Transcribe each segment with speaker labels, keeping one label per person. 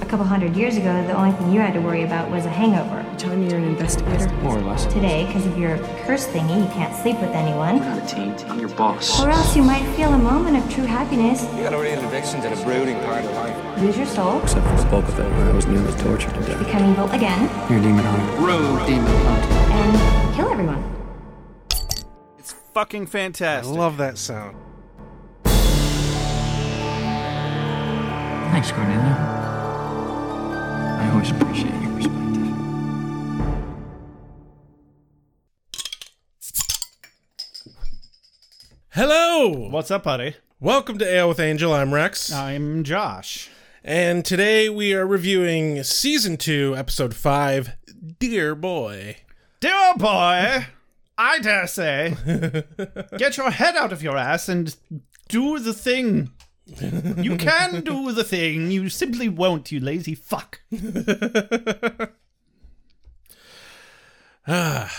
Speaker 1: A couple hundred years ago, the only thing you had to worry about was a hangover.
Speaker 2: You telling me you're an investigator?
Speaker 3: More or less.
Speaker 1: Today, because of your curse thingy, you can't sleep with anyone.
Speaker 3: I'm not a team. I'm your boss.
Speaker 1: Or else you might feel a moment of true happiness,
Speaker 4: You got a real addiction to the brooding part of life.
Speaker 1: lose your soul,
Speaker 5: Except for Spokeville, where I was nearly tortured to death.
Speaker 1: become evil again,
Speaker 5: You're a demon hunter.
Speaker 3: Road demon hunt.
Speaker 1: and kill everyone.
Speaker 6: It's fucking
Speaker 7: I
Speaker 6: fantastic.
Speaker 7: love that sound.
Speaker 5: Thanks, Cornelia. I always appreciate your perspective.
Speaker 7: Hello!
Speaker 6: What's up, buddy?
Speaker 7: Welcome to Ale with Angel. I'm Rex.
Speaker 6: I'm Josh.
Speaker 7: And today we are reviewing Season 2, Episode 5, Dear Boy.
Speaker 6: Dear boy, I dare say, get your head out of your ass and do the thing. You can do the thing. You simply won't, you lazy fuck.
Speaker 7: Ah.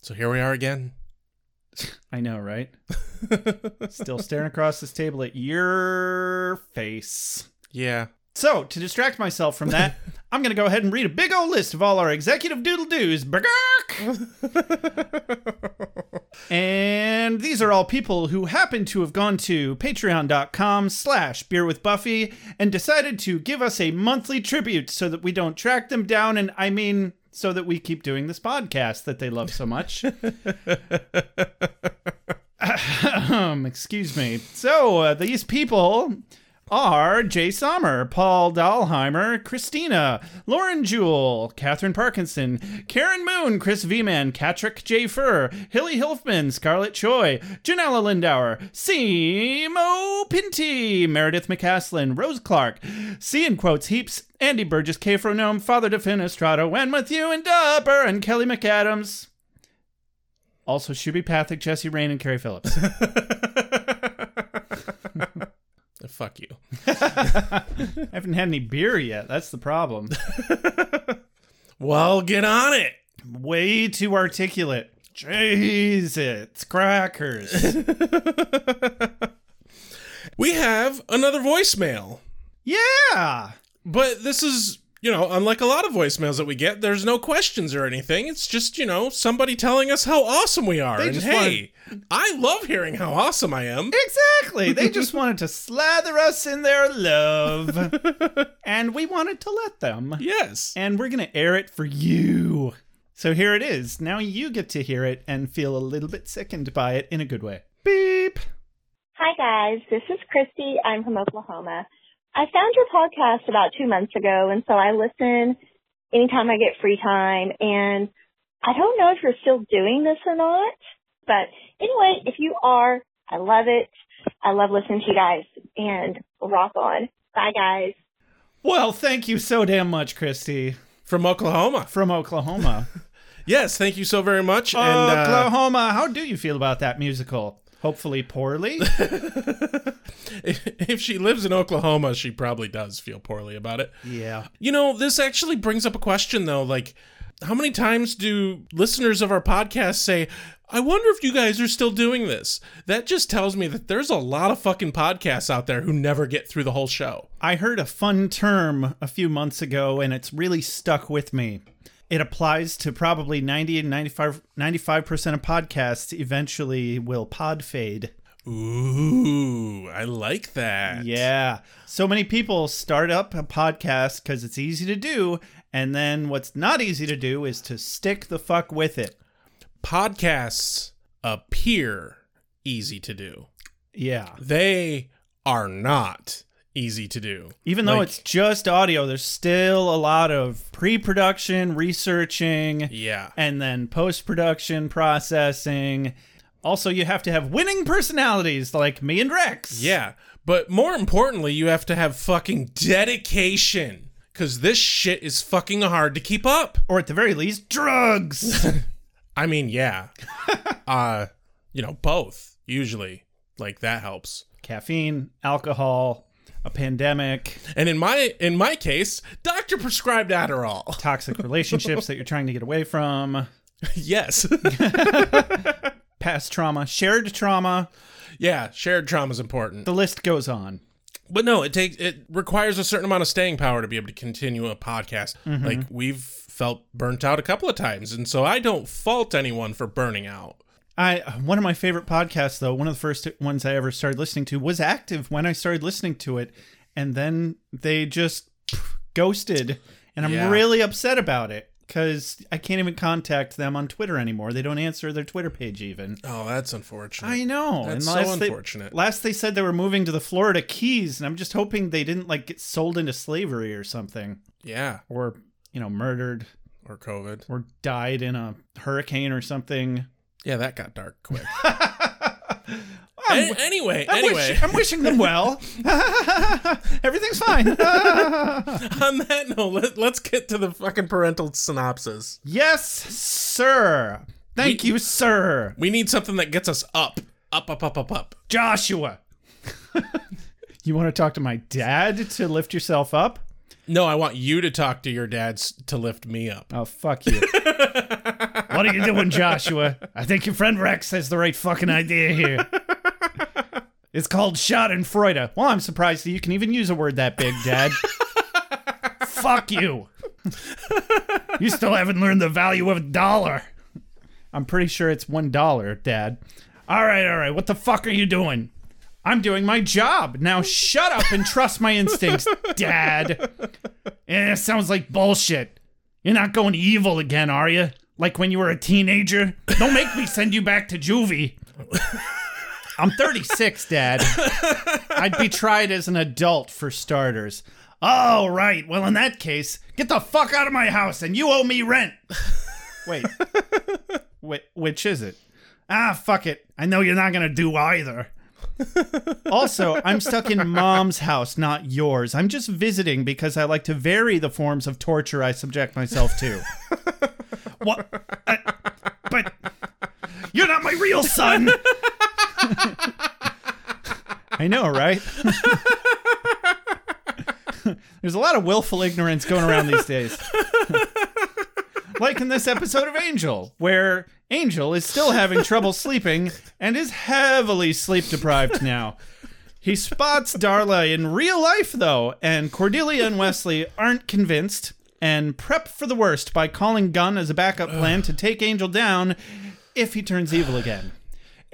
Speaker 7: So here we are again.
Speaker 6: I know, right? Still staring across this table at your face.
Speaker 7: Yeah.
Speaker 6: So, to distract myself from that, I'm going to go ahead and read a big old list of all our executive doodle doos. Bergurk! and these are all people who happen to have gone to patreon.com slash beer with Buffy and decided to give us a monthly tribute so that we don't track them down. And I mean, so that we keep doing this podcast that they love so much. Ahem, excuse me. So, uh, these people are Jay Sommer, Paul Dahlheimer, Christina, Lauren Jewell, Catherine Parkinson, Karen Moon, Chris Veman, Katrick J. Furr, Hilly Hilfman, Scarlett Choi, Janella Lindauer, Simo Pinty, Meredith McCaslin, Rose Clark, C in quotes heaps, Andy Burgess, K. Fronome, Father Defenestrato, and with you and Dupper, and Kelly McAdams. Also, Shubi Pathic, Jesse Rain, and Carrie Phillips.
Speaker 7: Fuck you.
Speaker 6: I haven't had any beer yet. That's the problem.
Speaker 7: Well, get on it.
Speaker 6: Way too articulate. Jesus, crackers.
Speaker 7: We have another voicemail.
Speaker 6: yeah.
Speaker 7: But this is, you know, unlike a lot of voicemails that we get, there's no questions or anything. It's just, you know, somebody telling us how awesome we are.
Speaker 6: They
Speaker 7: and
Speaker 6: just
Speaker 7: hey, I love hearing how awesome I am.
Speaker 6: Exactly. They just wanted to slather us in their love. and we wanted to let them.
Speaker 7: Yes.
Speaker 6: And we're going to air it for you. So here it is. Now you get to hear it and feel a little bit sickened by it in a good way. Beep.
Speaker 8: Hi guys, this is Christy. I'm from Oklahoma. I found your podcast about two months ago and so I listen anytime I get free time and I don't know if you're still doing this or not, but anyway, if you are, I love it. I love listening to you guys and rock on. Bye guys.
Speaker 6: Well, thank you so damn much, Christy,
Speaker 7: From Oklahoma.
Speaker 6: from Oklahoma.
Speaker 7: Yes, thank you so very much. and uh,
Speaker 6: Oklahoma, how do you feel about that musical? Hopefully poorly.
Speaker 7: if she lives in Oklahoma, she probably does feel poorly about it.
Speaker 6: yeah.
Speaker 7: You know, this actually brings up a question though, like how many times do listeners of our podcast say, I wonder if you guys are still doing this? That just tells me that there's a lot of fucking podcasts out there who never get through the whole show.
Speaker 6: I heard a fun term a few months ago and it's really stuck with me. It applies to probably 90 and 95, 95% of podcasts eventually will pod fade.
Speaker 7: Ooh, I like that.
Speaker 6: Yeah. So many people start up a podcast because it's easy to do. And then what's not easy to do is to stick the fuck with it.
Speaker 7: Podcasts appear easy to do.
Speaker 6: Yeah.
Speaker 7: They are not easy to do.
Speaker 6: Even though
Speaker 7: Like-
Speaker 6: it's just audio, there's still a lot of pre production, researching,
Speaker 7: Yeah.
Speaker 6: and then post production processing. Also, you have to have winning personalities like me and Rex.
Speaker 7: Yeah, but more importantly, you have to have fucking dedication because this shit is fucking hard to keep up.
Speaker 6: Or at the very least, drugs.
Speaker 7: I mean, yeah, uh, you know, both usually like that helps.
Speaker 6: Caffeine, alcohol, a pandemic,
Speaker 7: And in my in my case, doctor prescribed Adderall.
Speaker 6: toxic relationships that you're trying to get away from,
Speaker 7: yes,
Speaker 6: past trauma, shared trauma.
Speaker 7: Yeah, shared trauma is important.
Speaker 6: The list goes on.
Speaker 7: But no, it takes it requires a certain amount of staying power to be able to continue a podcast.
Speaker 6: Mm-hmm.
Speaker 7: Like we've felt burnt out a couple of times, and so I don't fault anyone for burning out.
Speaker 6: I one of my favorite podcasts though, one of the first ones I ever started listening to was active when I started listening to it, and then they just pff, ghosted, and I'm
Speaker 7: Yeah.
Speaker 6: really upset about it because I can't even contact them on Twitter anymore. They don't answer their Twitter page even.
Speaker 7: Oh, that's unfortunate.
Speaker 6: I know.
Speaker 7: That's
Speaker 6: and
Speaker 7: so
Speaker 6: last they-
Speaker 7: unfortunate.
Speaker 6: last they said they were moving to the Florida Keys, and I'm just hoping they didn't like get sold into slavery or something,
Speaker 7: yeah,
Speaker 6: or you know, murdered
Speaker 7: or COVID.
Speaker 6: or died in a hurricane or something.
Speaker 7: Yeah, that got dark quick.
Speaker 6: I'm-
Speaker 7: An- anyway,
Speaker 6: I
Speaker 7: anyway,
Speaker 6: wish, I'm wishing them well. Everything's fine.
Speaker 7: on that note, let, let's get to the fucking parental synopsis.
Speaker 6: yes, sir. Thank
Speaker 7: We-
Speaker 6: you, sir.
Speaker 7: We need something that gets us up, up, up, up, up, up.
Speaker 6: Joshua. you want to talk to my dad to lift yourself up?
Speaker 7: No, I want you to talk to your dads to lift me up.
Speaker 6: Oh, fuck you. what are you doing, Joshua? I think your friend Rex has the right fucking idea here. It's called Schadenfreude. Well, I'm surprised that you can even use a word that big, Dad. Fuck you. you still haven't learned the value of a dollar. I'm pretty sure it's one dollar, Dad. All right, all right. What the fuck are you doing? I'm doing my job. Now shut up and trust my instincts, Dad. Eh, sounds like bullshit. You're not going evil again, are you? Like when you were a teenager? Don't make me send you back to juvie. I'm 36, Dad. I'd be tried as an adult for starters. Oh, right. Well, in that case, get the fuck out of my house and you owe me rent. Wait. Wait which is it? Ah, fuck it. I know you're not going to do either. Also, I'm stuck in mom's house, not yours. I'm just visiting because I like to vary the forms of torture I subject myself to. what? I- but you're not my real son. I know, right? There's a lot of willful ignorance going around these days. like in this episode of Angel, where Angel is still having trouble sleeping and is heavily sleep deprived now. He spots Darla in real life, though, and Cordelia and Wesley aren't convinced and prep for the worst by calling Gunn as a backup plan to take Angel down if he turns evil again.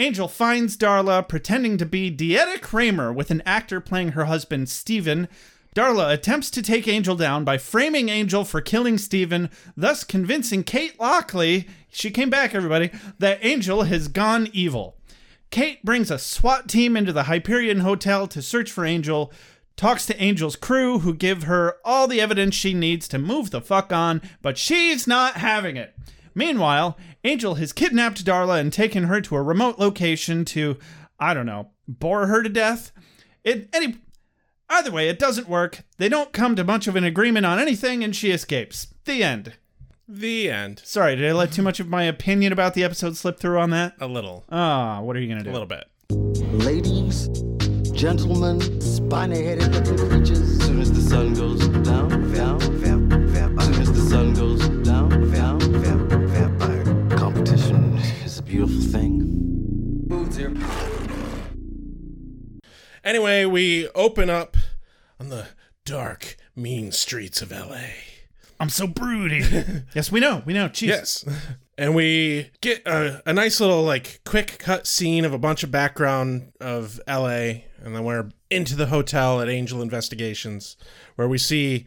Speaker 6: Angel finds Darla pretending to be Dieta Kramer with an actor playing her husband, Steven. Darla attempts to take Angel down by framing Angel for killing Steven, thus convincing Kate Lockley, she came back, everybody, that Angel has gone evil. Kate brings a SWAT team into the Hyperion Hotel to search for Angel, talks to Angel's crew, who give her all the evidence she needs to move the fuck on, but she's not having it. Meanwhile, Angel has kidnapped Darla and taken her to a remote location to, I don't know, bore her to death. It any either way, it doesn't work. They don't come to much of an agreement on anything, and she escapes. The end.
Speaker 7: The end.
Speaker 6: Sorry, did I let too much of my opinion about the episode slip through on that?
Speaker 7: A little,
Speaker 6: Ah, what are you gonna do?
Speaker 7: a little bit.
Speaker 2: Ladies, gentlemen, spiny headed looking creatures. Soon as the sun goes down, down, down, down. Soon as the sun goes down, down, down, vampire. Competition is a beautiful thing.
Speaker 7: Anyway, we open up on the dark, mean streets of L.A.
Speaker 6: I'm so broody. yes, we know, we know. Jeez.
Speaker 7: Yes. And we get a, a nice little, like, quick cut scene of a bunch of background of LA. And then we're into the hotel at Angel Investigations, where we see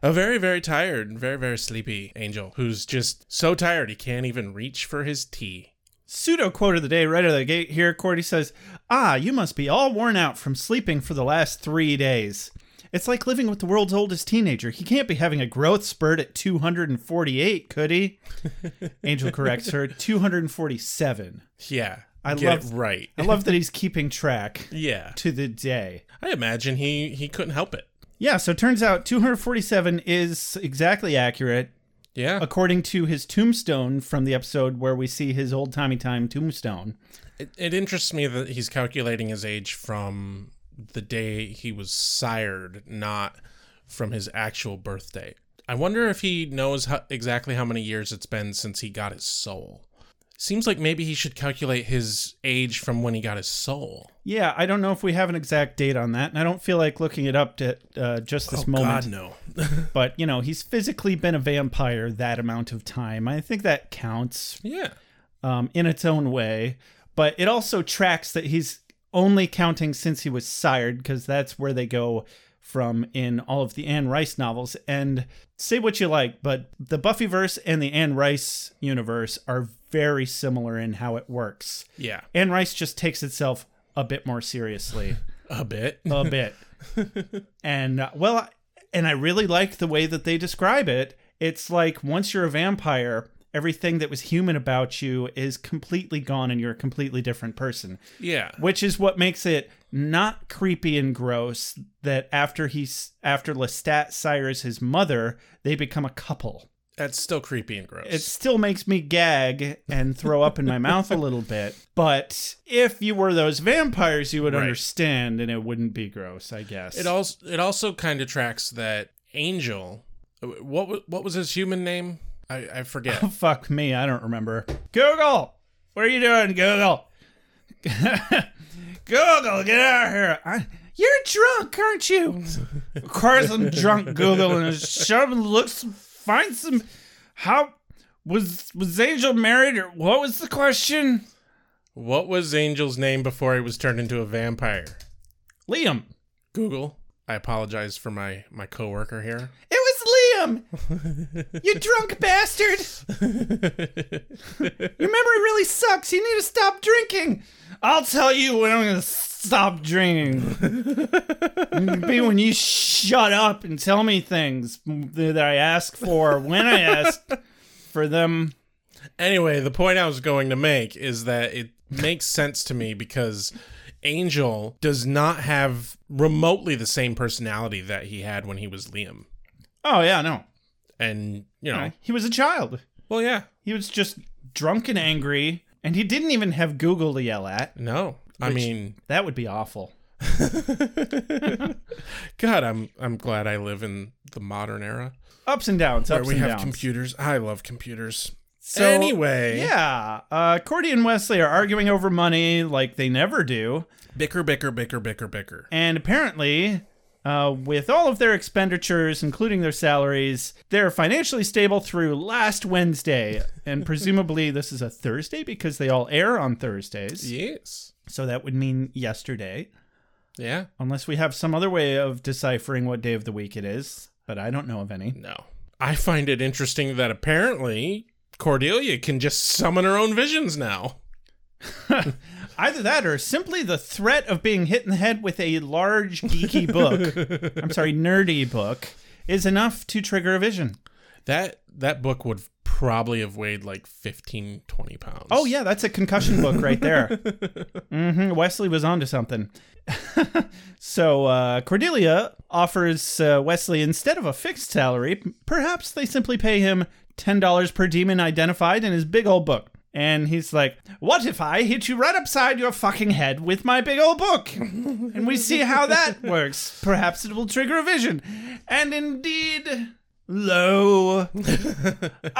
Speaker 7: a very, very tired and very, very sleepy Angel who's just so tired he can't even reach for his tea.
Speaker 6: Pseudo quote of the day, right out of the gate here. Cordy says, "Ah, you must be all worn out from sleeping for the last three days. It's like living with the world's oldest teenager. He can't be having a growth spurt at 248, could he?" Angel corrects her, 247.
Speaker 7: Yeah.
Speaker 6: I
Speaker 7: get
Speaker 6: love-
Speaker 7: it right.
Speaker 6: I love that he's keeping track
Speaker 7: Yeah.
Speaker 6: to the day.
Speaker 7: I imagine he, he couldn't help it.
Speaker 6: Yeah, so it turns out 247 is exactly accurate.
Speaker 7: Yeah.
Speaker 6: according to his tombstone from the episode where we see his old timey time tombstone.
Speaker 7: It, it interests me that he's calculating his age from the day he was sired, not from his actual birthday. I wonder if he knows how, exactly how many years it's been since he got his soul. Seems like maybe he should calculate his age from when he got his soul.
Speaker 6: Yeah, I don't know if we have an exact date on that, and I don't feel like looking it up to, uh, just this
Speaker 7: oh,
Speaker 6: moment.
Speaker 7: God, no.
Speaker 6: But you know, he's physically been a vampire that amount of time. I think that counts
Speaker 7: yeah.
Speaker 6: um, in its own way. But it also tracks that he's only counting since he was sired, because that's where they go from in all of the Anne Rice novels. And say what you like, but the Buffyverse and the Anne Rice universe are very similar in how it works.
Speaker 7: Yeah.
Speaker 6: Anne Rice just takes itself a bit more seriously
Speaker 7: A bit.
Speaker 6: a bit. and uh, well, I- and I really like the way that they describe it. It's like once you're a vampire, everything that was human about you is completely gone and you're a completely different person,
Speaker 7: yeah.
Speaker 6: which is what makes it not creepy and gross that after he's after Lestat sires his mother, they become a couple.
Speaker 7: That's still creepy and gross.
Speaker 6: It still makes me gag and throw up in my mouth a little bit, but if you were those vampires, you would
Speaker 7: Right.
Speaker 6: understand and it wouldn't be gross, I guess.
Speaker 7: It also it also kind of tracks that Angel. uh, What wa- what was his human name? I, I forget.
Speaker 6: Fuck me, I don't remember. Google, what are you doing, Google? Google, get out of here! I, you're drunk, aren't you? of course I'm drunk, Google, and shove looks. Find some. How was was Angel married, or what was the question?
Speaker 7: what was Angel's name before he was turned into a vampire?
Speaker 6: Liam.
Speaker 7: Google. I apologize for my my coworker here.
Speaker 6: It was Liam. you drunk bastard. Your memory really sucks. You need to stop drinking. I'll tell you when I'm going to stop drinking. It'll be when you shut up and tell me things that I ask for when I ask for them.
Speaker 7: Anyway, the point I was going to make is that it makes sense to me because Angel does not have remotely the same personality that he had when he was Liam.
Speaker 6: Oh, yeah, no.
Speaker 7: And, you know,
Speaker 6: He was a child.
Speaker 7: well, yeah.
Speaker 6: He was just drunk and angry, and he didn't even have Google to yell at.
Speaker 7: No. I mean,
Speaker 6: That would be awful.
Speaker 7: God, I'm I'm glad I live in the modern era
Speaker 6: Ups and downs,
Speaker 7: where
Speaker 6: ups
Speaker 7: we
Speaker 6: and
Speaker 7: have
Speaker 6: downs.
Speaker 7: computers. I love computers.
Speaker 6: So-
Speaker 7: anyway,
Speaker 6: Yeah. Uh, Cordy and Wesley are arguing over money like they never do.
Speaker 7: bicker, bicker, bicker, bicker, bicker.
Speaker 6: And apparently, uh, with all of their expenditures, including their salaries, they're financially stable through last Wednesday. And presumably, this is a Thursday because they all air on Thursdays.
Speaker 7: Yes,
Speaker 6: So that would mean yesterday,
Speaker 7: yeah,
Speaker 6: unless we have some other way of deciphering what day of the week it is. But I don't know of any.
Speaker 7: no. I find it interesting that apparently Cordelia can just summon her own visions now.
Speaker 6: Either that or simply the threat of being hit in the head with a large geeky book, I'm sorry, nerdy book, is enough to trigger a vision.
Speaker 7: That that book would probably have weighed like 15, 20 pounds.
Speaker 6: Oh, yeah, that's a concussion book right there. hmm Wesley was onto something. so uh, Cordelia offers uh, Wesley, instead of a fixed salary, p- perhaps they simply pay him $10 per demon identified in his big old book. And he's like, What if I hit you right upside your fucking head with my big old book? and we see how that works. Perhaps it will trigger a vision. And indeed, lo, a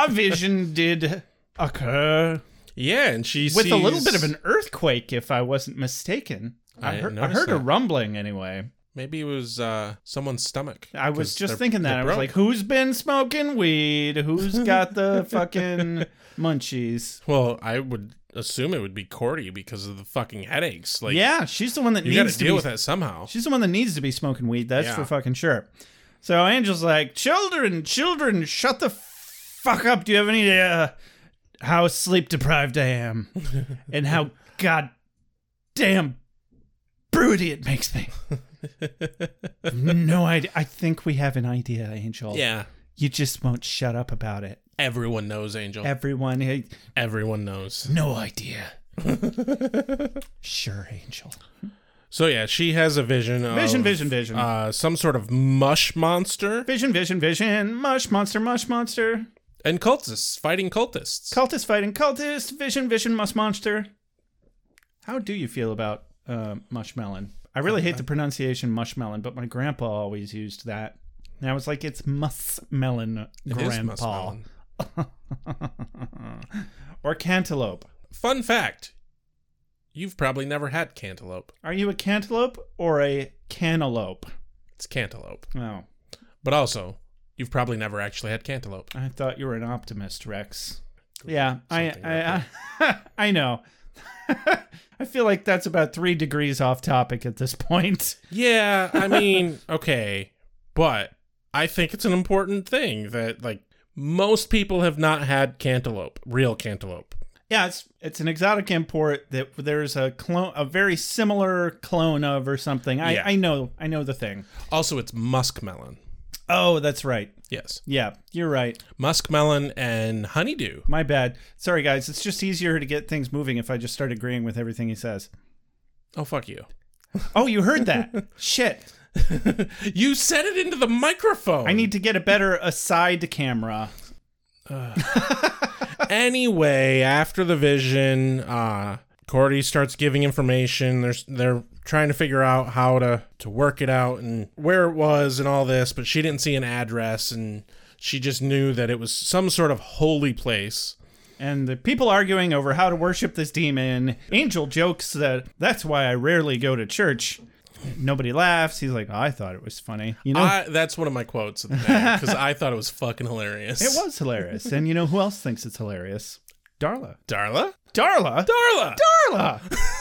Speaker 6: vision did occur
Speaker 7: yeah, and she
Speaker 6: with a little
Speaker 7: sees-
Speaker 6: bit of an earthquake, if I wasn't mistaken. I,
Speaker 7: I
Speaker 6: heard, I
Speaker 7: noticed
Speaker 6: heard a
Speaker 7: that.
Speaker 6: rumbling anyway.
Speaker 7: maybe it was uh, someone's stomach.
Speaker 6: I was
Speaker 7: 'Cause
Speaker 6: just
Speaker 7: they're-
Speaker 6: thinking that.
Speaker 7: they're
Speaker 6: I was
Speaker 7: broke.
Speaker 6: like, who's been smoking weed? Who's got the fucking munchies?
Speaker 7: Well, I would assume it would be Cordy because of the fucking headaches. Like,
Speaker 6: yeah, she's the one that
Speaker 7: you got
Speaker 6: needs
Speaker 7: to
Speaker 6: to
Speaker 7: deal
Speaker 6: be,
Speaker 7: with that somehow.
Speaker 6: She's the one that needs to be smoking weed. That's
Speaker 7: Yeah.
Speaker 6: for fucking sure. So Angel's like, children, children, shut the fuck up. Do you have any idea how sleep deprived I am, and how goddamn broody it makes me? no idea. I think we have an idea, Angel.
Speaker 7: yeah,
Speaker 6: You just won't shut up about it.
Speaker 7: everyone knows Angel.
Speaker 6: Everyone, hey,
Speaker 7: everyone knows.
Speaker 6: no idea. sure, Angel.
Speaker 7: So yeah, she has a vision. Of,
Speaker 6: Vision, vision, vision.
Speaker 7: Uh, some sort of mush monster
Speaker 6: Vision, vision, vision. Mush monster, mush monster.
Speaker 7: and cultists fighting cultists.
Speaker 6: Cultist fighting cultist, vision, vision, must monster. How do you feel about uh, mushmelon? I really hate the pronunciation mushmelon, but my grandpa always used that. And I was like, it's muskmelon,
Speaker 7: It is
Speaker 6: grandpa.
Speaker 7: muskmelon.
Speaker 6: or cantaloupe.
Speaker 7: Fun fact you've probably never had cantaloupe.
Speaker 6: Are you a cantaloupe or a cantaloupe?
Speaker 7: It's cantaloupe.
Speaker 6: Oh,
Speaker 7: But also, you've probably never actually had cantaloupe.
Speaker 6: I thought you were an optimist, Rex. Yeah, I
Speaker 7: Something
Speaker 6: I,
Speaker 7: up
Speaker 6: I, I know. I feel like that's about three degrees off topic at this point.
Speaker 7: Yeah, I mean, okay, but I think it's an important thing that like most people have not had cantaloupe, real cantaloupe.
Speaker 6: Yeah, it's it's an exotic import that there's a clone, a very similar clone of or something. I,
Speaker 7: Yeah.
Speaker 6: I know, I know the thing.
Speaker 7: Also, it's muskmelon.
Speaker 6: Oh, that's right.
Speaker 7: Yes,
Speaker 6: Yeah, you're right.
Speaker 7: muskmelon and honeydew.
Speaker 6: My bad. Sorry, guys. It's just easier to get things moving if I just start agreeing with everything he says.
Speaker 7: Oh fuck you!
Speaker 6: Oh, you heard that? Shit.
Speaker 7: You said it into the microphone.
Speaker 6: I need to get a better aside camera.
Speaker 7: anyway, after the vision, uh, Cordy starts giving information. They're they're trying to figure out how to to work it out and where it was and all this, but she didn't see an address and she just knew that it was some sort of holy place.
Speaker 6: And the people arguing over how to worship this demon. Angel jokes that that's why I rarely go to church. Nobody laughs. He's like, "Oh, I thought it was funny. You know,
Speaker 7: I, that's one of my quotes of the day because I thought it was fucking hilarious.
Speaker 6: it was hilarious. and you know who else thinks it's hilarious? Darla.
Speaker 7: Darla.
Speaker 6: Darla?
Speaker 7: Darla.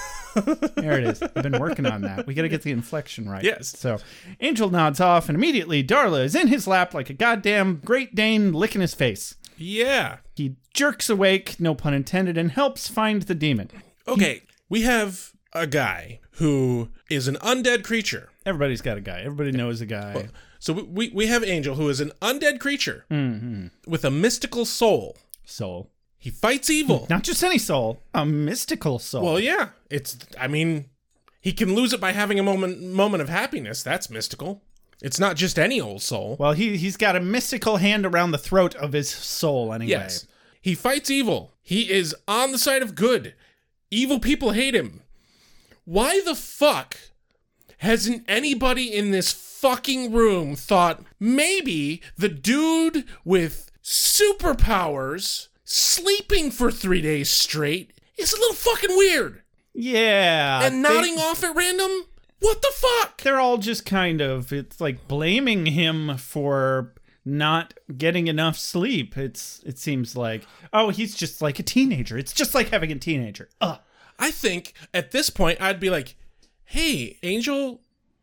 Speaker 6: Darla! there it is. I've been working on that. We got to get the inflection right.
Speaker 7: Yes.
Speaker 6: So Angel nods off, and immediately Darla is in his lap like a goddamn Great Dane licking his face.
Speaker 7: yeah.
Speaker 6: He jerks awake, no pun intended, and helps find the demon.
Speaker 7: Okay. We have a guy who is an undead creature.
Speaker 6: Everybody's got a guy. Everybody knows a guy.
Speaker 7: So we- we, we have Angel, who is an undead creature with a mystical soul.
Speaker 6: soul.
Speaker 7: He fights evil.
Speaker 6: Not just any soul, a mystical soul.
Speaker 7: well, yeah, it's. I mean, he can lose it by having a moment moment of happiness. That's mystical. It's not just any old soul.
Speaker 6: well, he he's got a mystical hand around the throat of his soul anyway.
Speaker 7: yes, he fights evil. He is on the side of good. Evil people hate him. Why the fuck hasn't anybody in this fucking room thought maybe the dude with superpowers sleeping for three days straight is a little fucking weird
Speaker 6: Yeah.
Speaker 7: and nodding off at random? What the fuck?
Speaker 6: They're all just kind of it's like blaming him for not getting enough sleep. It's it seems like oh he's just like a teenager. It's just like having a teenager. Oh, Ugh.
Speaker 7: I think at this point I'd be like, "Hey, Angel,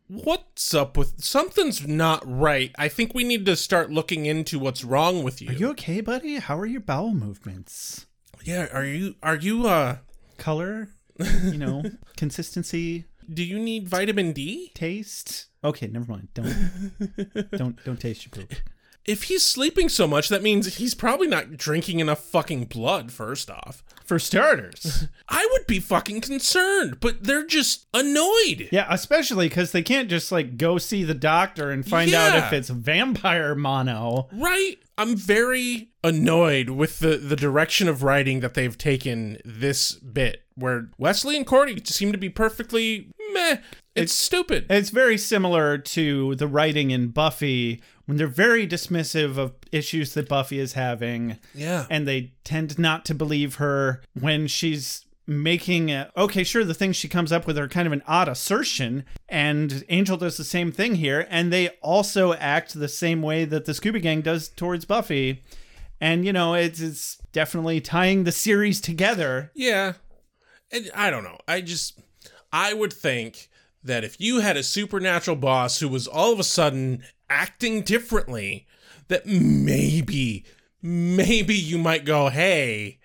Speaker 7: what's up with something's not right. I think we need to start looking into what's wrong with you."
Speaker 6: Are you okay, buddy? How are your bowel movements?
Speaker 7: yeah, are you are you uh
Speaker 6: Color, you know, consistency,
Speaker 7: do you need vitamin D?
Speaker 6: taste. Okay, never mind. Don't don't don't taste your poop.
Speaker 7: If he's sleeping so much, that means he's probably not drinking enough fucking blood first off.
Speaker 6: For starters.
Speaker 7: I would be fucking concerned, but they're just annoyed.
Speaker 6: Yeah, especially because they can't just like go see the doctor and find out
Speaker 7: Yeah.
Speaker 6: if it's vampire mono.
Speaker 7: Right? I'm very annoyed with the, the direction of writing that they've taken this bit, where Wesley and Cordy seem to be perfectly meh. It's, stupid.
Speaker 6: It's very similar to the writing in Buffy when they're very dismissive of issues that Buffy is having.
Speaker 7: yeah.
Speaker 6: and they tend not to believe her when she's making a, okay sure the things she comes up with are kind of an odd assertion and angel does the same thing here and they also act the same way that the scooby gang does towards buffy and you know it's it's definitely tying the series together
Speaker 7: yeah. And I don't know. I just, I would think that if you had a supernatural boss who was all of a sudden acting differently, that maybe, maybe you might go, hey,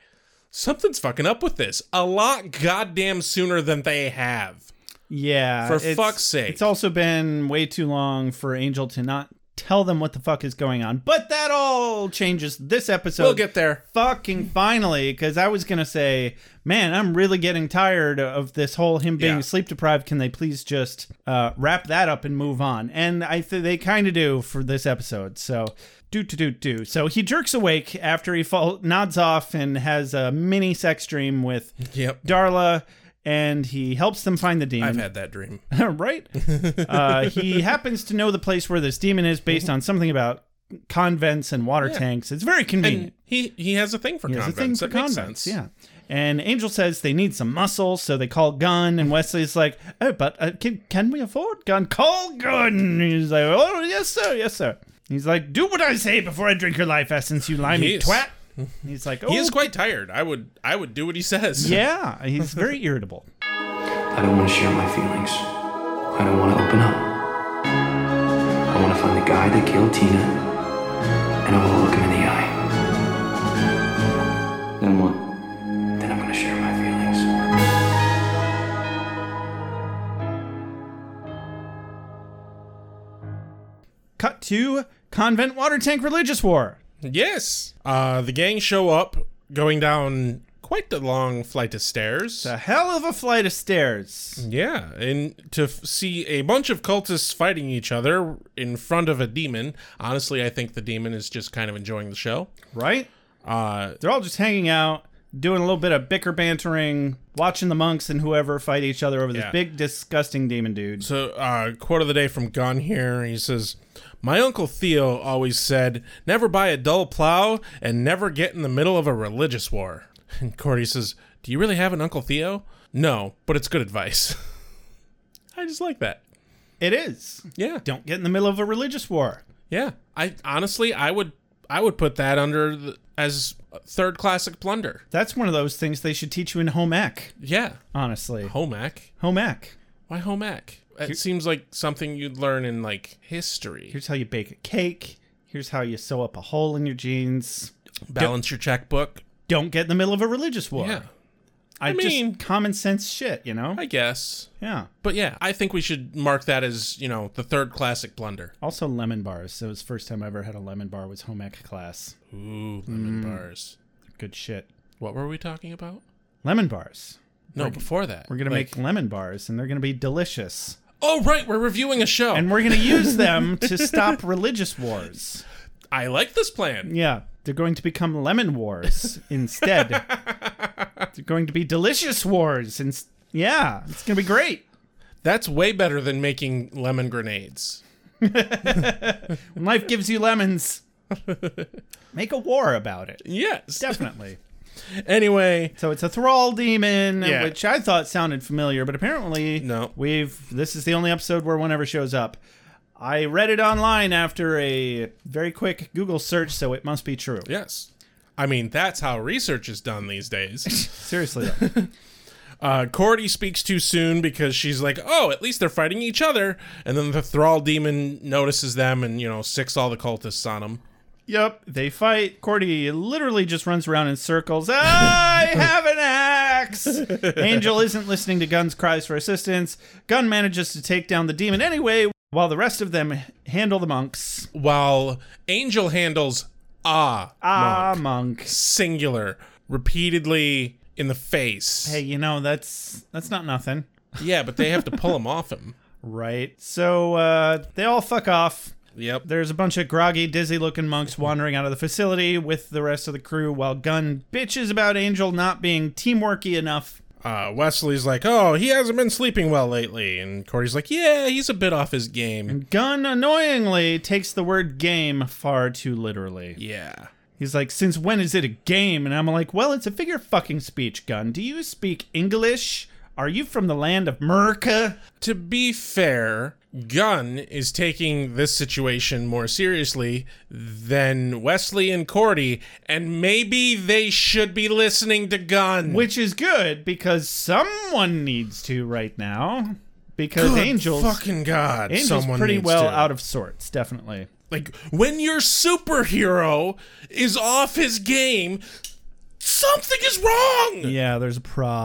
Speaker 7: something's fucking up with this a lot goddamn sooner than they have.
Speaker 6: yeah
Speaker 7: For
Speaker 6: it's-
Speaker 7: fuck's sake.
Speaker 6: it's also been way too long for angel to not tell them what the fuck is going on but that all changes this episode
Speaker 7: We'll get there.
Speaker 6: fucking finally because i was gonna say man i'm really getting tired of this whole him being
Speaker 7: Yeah.
Speaker 6: sleep deprived can they please just uh, wrap that up and move on and i th- they kind of do for this episode so do do do do so he jerks awake after he fall- nods off and has a mini sex dream with
Speaker 7: Yep.
Speaker 6: darla and he helps them find the demon
Speaker 7: I've had that dream.
Speaker 6: right? uh, he happens to know the place where this demon is based on something about convents and water tanks. It's very convenient.
Speaker 7: And he he has a thing for
Speaker 6: He has a
Speaker 7: convents.
Speaker 6: thing for
Speaker 7: that makes
Speaker 6: convents,
Speaker 7: sense.
Speaker 6: yeah. And Angel says they need some muscle, so they call Gunn. And Wesley's like, "Oh, but uh, can can we afford Gunn? Call Gunn." He's like, "Oh, yes, sir, yes, sir." He's like, "Do what I say before I drink your life essence, you limey
Speaker 7: Yes.
Speaker 6: twat." He's like, "Oh,
Speaker 7: He is quite tired. I would I would do what he says.
Speaker 6: yeah." He's very irritable.
Speaker 5: I don't want to share my feelings. I don't want to open up. I want to find the guy that killed Tina, and I want to look him in the eye.
Speaker 4: Then what?
Speaker 5: Then I'm going to share my feelings.
Speaker 6: Cut to convent water tank religious war.
Speaker 7: Yes. Uh, the gang show up, going down quite a long flight of stairs.
Speaker 6: A hell of a flight of stairs.
Speaker 7: Yeah, and to f- see a bunch of cultists fighting each other in front of a demon. Honestly, I think the demon is just kind of enjoying the show.
Speaker 6: Right?
Speaker 7: Uh,
Speaker 6: They're all just hanging out, doing a little bit of bicker bantering, watching the monks and whoever fight each other over this
Speaker 7: Yeah.
Speaker 6: big, disgusting demon dude.
Speaker 7: so, uh, quote of the day from Gunn here. He says, "My uncle Theo always said, never buy a dull plow and never get in the middle of a religious war." And Cordy says, "Do you really have an uncle Theo?" No, but it's good advice. I just like that.
Speaker 6: It is.
Speaker 7: Yeah.
Speaker 6: Don't get in the middle of a religious war.
Speaker 7: Yeah, I honestly, I would, I would put that under the, as third classic plunder.
Speaker 6: That's one of those things they should teach you in home ec,
Speaker 7: Yeah,
Speaker 6: honestly.
Speaker 7: home ec.
Speaker 6: Home ec.
Speaker 7: Why home ec? It seems like something you'd learn in like history.
Speaker 6: Here's how you bake a cake. Here's how you sew up a hole in your jeans.
Speaker 7: Balance your checkbook.
Speaker 6: Don't get in the middle of a religious war.
Speaker 7: Yeah,
Speaker 6: I,
Speaker 7: mean-
Speaker 6: just common sense shit, you know?
Speaker 7: I guess.
Speaker 6: yeah.
Speaker 7: But yeah, I think we should mark that as you know the third classic plunder.
Speaker 6: Also lemon bars. So it was the first time I ever had a lemon bar was home ec class.
Speaker 7: Ooh, lemon
Speaker 6: Mm.
Speaker 7: bars.
Speaker 6: Good shit.
Speaker 7: What were we talking about?
Speaker 6: Lemon bars.
Speaker 7: No, before that
Speaker 6: We're gonna
Speaker 7: Like-
Speaker 6: make lemon bars, and they're gonna be delicious.
Speaker 7: Oh right, we're reviewing a show,
Speaker 6: And
Speaker 7: and
Speaker 6: we're gonna use them to stop religious wars.
Speaker 7: I like this plan.
Speaker 6: Yeah, they're going to become lemon wars instead. they're going to be delicious wars, and yeah, it's gonna be great.
Speaker 7: That's way better than making lemon grenades.
Speaker 6: When life gives you lemons, make a war about it.
Speaker 7: Yes.
Speaker 6: Definitely.
Speaker 7: Anyway,
Speaker 6: So it's a thrall demon,
Speaker 7: Yeah.
Speaker 6: which I thought sounded familiar, but apparently
Speaker 7: No.
Speaker 6: We've this is the only episode where one ever shows up. I read it online after a very quick Google search, so it must be true.
Speaker 7: yes. I mean, that's how research is done these days.
Speaker 6: Seriously, though.
Speaker 7: Uh, Cordy speaks too soon because she's like, oh, at least they're fighting each other. And then the thrall demon notices them and, you know, sicks all the cultists on them.
Speaker 6: yep, they fight. Cordy literally just runs around in circles. I have an axe. Angel isn't listening to Gun's cries for assistance. Gun manages to take down the demon anyway, while the rest of them handle the monks.
Speaker 7: While Angel handles ah,
Speaker 6: Ah, monks.
Speaker 7: singular, repeatedly in the face.
Speaker 6: Hey, you know that's that's not nothing.
Speaker 7: Yeah, but they have to pull him off him.
Speaker 6: Right. So uh, they all fuck off.
Speaker 7: Yep.
Speaker 6: There's a bunch of groggy, dizzy looking monks wandering out of the facility with the rest of the crew while Gunn bitches about Angel not being teamworky enough.
Speaker 7: uh, Wesley's like, oh, he hasn't been sleeping well lately. And Cordy's like, yeah, he's a bit off his game.
Speaker 6: Gunn annoyingly takes the word game far too literally.
Speaker 7: Yeah.
Speaker 6: He's like, Since when is it a game? And I'm like, Well, it's a figure of fucking speech, Gunn. Do you speak English? Are you from the land of Merca?
Speaker 7: To be fair, Gunn is taking this situation more seriously than Wesley and Cordy, and maybe they should be listening to Gunn.
Speaker 6: Which is good because someone needs to right now. Because
Speaker 7: Good
Speaker 6: Angel's
Speaker 7: fucking god,
Speaker 6: Angel's
Speaker 7: someone
Speaker 6: pretty
Speaker 7: needs
Speaker 6: well
Speaker 7: to.
Speaker 6: out of sorts, definitely.
Speaker 7: like when your superhero is off his game. Something is wrong.
Speaker 6: Yeah, there's a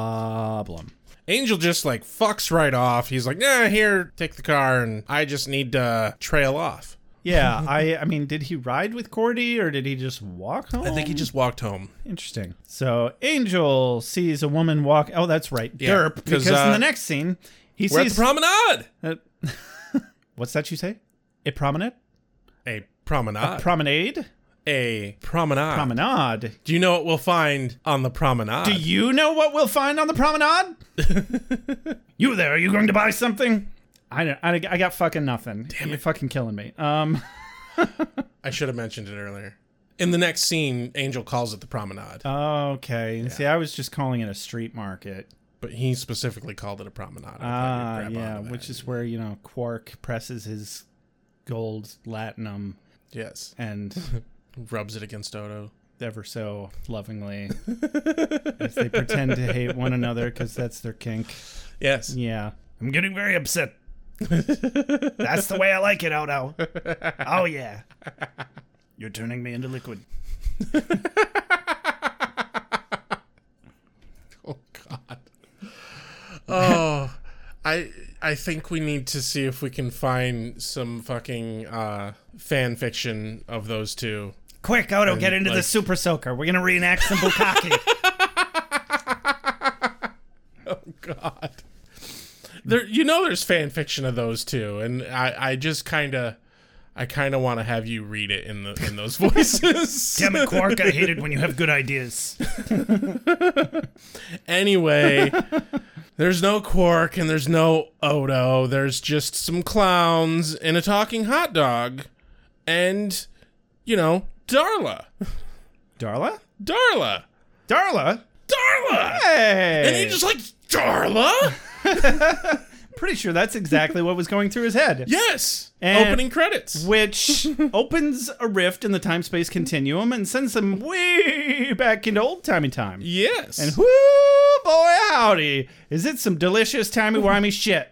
Speaker 6: problem.
Speaker 7: Angel just like fucks right off. He's like, nah, here, take the car, and I just need to trail off.
Speaker 6: Yeah, I I mean, did he ride with Cordy or did he just walk home?
Speaker 7: I think he just walked home.
Speaker 6: interesting. So Angel sees a woman walk. Oh, that's right,
Speaker 7: Yeah,
Speaker 6: derp.
Speaker 7: 'cause,
Speaker 6: Because
Speaker 7: uh,
Speaker 6: in the next scene, he
Speaker 7: We're at
Speaker 6: sees
Speaker 7: the promenade.
Speaker 6: what's that you say? A promenade,
Speaker 7: A promenade. A,
Speaker 6: promenade,
Speaker 7: promenade.
Speaker 6: promenade.
Speaker 7: Do you know what we'll find on the promenade?
Speaker 6: Do you know what we'll find on the promenade? you there? Are you going to buy something? I don't, I, I got fucking nothing. Damn You're fucking killing me. Um,
Speaker 7: I should have mentioned it earlier. In the next scene, Angel calls it the promenade,
Speaker 6: Uh, Okay. See, I was just calling it a street market.
Speaker 7: but he specifically called it a promenade. I thought
Speaker 6: Ah,
Speaker 7: you'd grab
Speaker 6: yeah,
Speaker 7: onto that.
Speaker 6: which is where you know Quark presses his gold latinum
Speaker 7: yes,
Speaker 6: and
Speaker 7: rubs it against Odo.
Speaker 6: ever so lovingly as they pretend to hate one another because that's their kink.
Speaker 7: Yes,
Speaker 6: Yeah, I'm getting very upset. that's the way I like it, Odo. Oh yeah, you're turning me into liquid.
Speaker 7: Oh God. Oh, I I think we need to see if we can find some fucking uh, fan fiction of those two.
Speaker 6: Quick, Odo, get into the
Speaker 7: like-
Speaker 6: super soaker. We're gonna reenact some bukkake.
Speaker 7: Oh God. There, you know, there's fan fiction of those two, and I I just kind of. I kind of want to have you read it in the in those voices.
Speaker 6: Damn it, Quark! I hate it when you have good ideas.
Speaker 7: Anyway, there's no Quark and there's no Odo. There's just some clowns and a talking hot dog and, you know, Darla.
Speaker 6: Darla,
Speaker 7: Darla.
Speaker 6: Darla,
Speaker 7: Darla!
Speaker 6: hey!
Speaker 7: And he's just like, Darla?
Speaker 6: Pretty sure that's exactly what was going through his head.
Speaker 7: Yes.
Speaker 6: And-
Speaker 7: Opening credits.
Speaker 6: Which opens a rift in the time space continuum and sends them way back into old timey time.
Speaker 7: yes.
Speaker 6: And whoo, boy, howdy, is it some delicious timey wimey shit?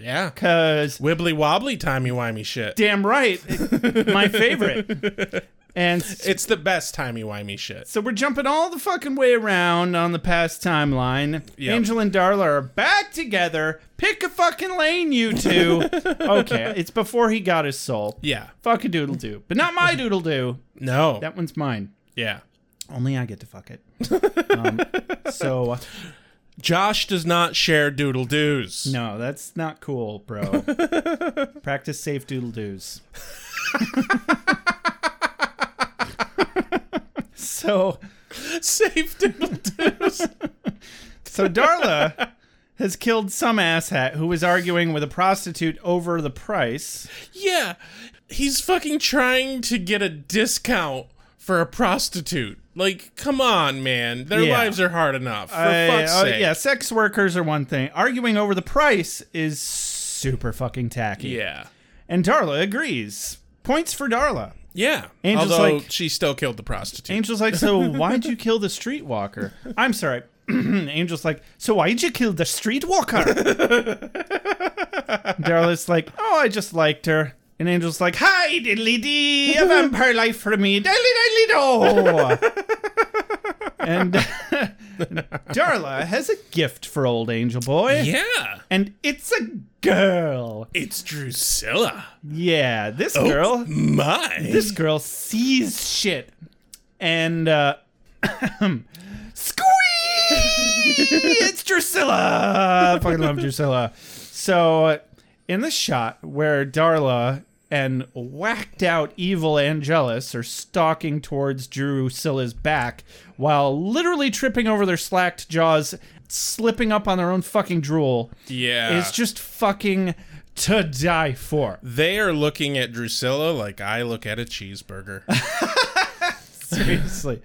Speaker 7: yeah.
Speaker 6: Because
Speaker 7: Wibbly wobbly timey wimey shit.
Speaker 6: damn right, it- my favorite. And s-
Speaker 7: It's the best timey wimey shit.
Speaker 6: so we're jumping all the fucking way around on the past timeline.
Speaker 7: Yep.
Speaker 6: Angel and Darla are back together. Pick a fucking lane, you two. okay, it's before he got his soul.
Speaker 7: Yeah.
Speaker 6: Fuck a doodle do, but not my doodle do.
Speaker 7: No.
Speaker 6: That one's mine.
Speaker 7: yeah.
Speaker 6: Only I get to fuck it. um, so uh,
Speaker 7: Josh does not share doodle doos.
Speaker 6: no, that's not cool, bro. Practice safe doodle doos. so
Speaker 7: Safe doodle doos.
Speaker 6: so Darla has killed some asshat who was arguing with a prostitute over the price.
Speaker 7: Yeah, he's fucking trying to get a discount for a prostitute. Like, come on, man. Their
Speaker 6: Yeah.
Speaker 7: lives are hard enough. For
Speaker 6: I-
Speaker 7: fuck's
Speaker 6: uh,
Speaker 7: sake.
Speaker 6: yeah, sex workers are one thing. Arguing over the price is super fucking tacky.
Speaker 7: Yeah.
Speaker 6: And Darla agrees. Points for Darla.
Speaker 7: Yeah.
Speaker 6: Angel's
Speaker 7: Although
Speaker 6: like-
Speaker 7: she still killed the prostitute.
Speaker 6: Angel's like, so why'd you kill the streetwalker? I'm sorry. Angel's like, so why'd you kill the streetwalker? Darla's like, oh, I just liked her. And Angel's like, hi, diddly dee, a vampire life for me, diddly diddly do. and Darla has a gift for old Angel Boy.
Speaker 7: yeah.
Speaker 6: And it's a girl.
Speaker 7: It's Drusilla.
Speaker 6: Yeah, this girl
Speaker 7: My.
Speaker 6: this girl sees shit and uh squee it's drusilla I fucking love drusilla so uh, in the shot where darla and whacked out evil angelus are stalking towards drusilla's back while literally tripping over their slacked jaws slipping up on their own fucking drool
Speaker 7: yeah.
Speaker 6: is just fucking to die for
Speaker 7: they are looking at Drusilla like I look at a cheeseburger.
Speaker 6: Seriously.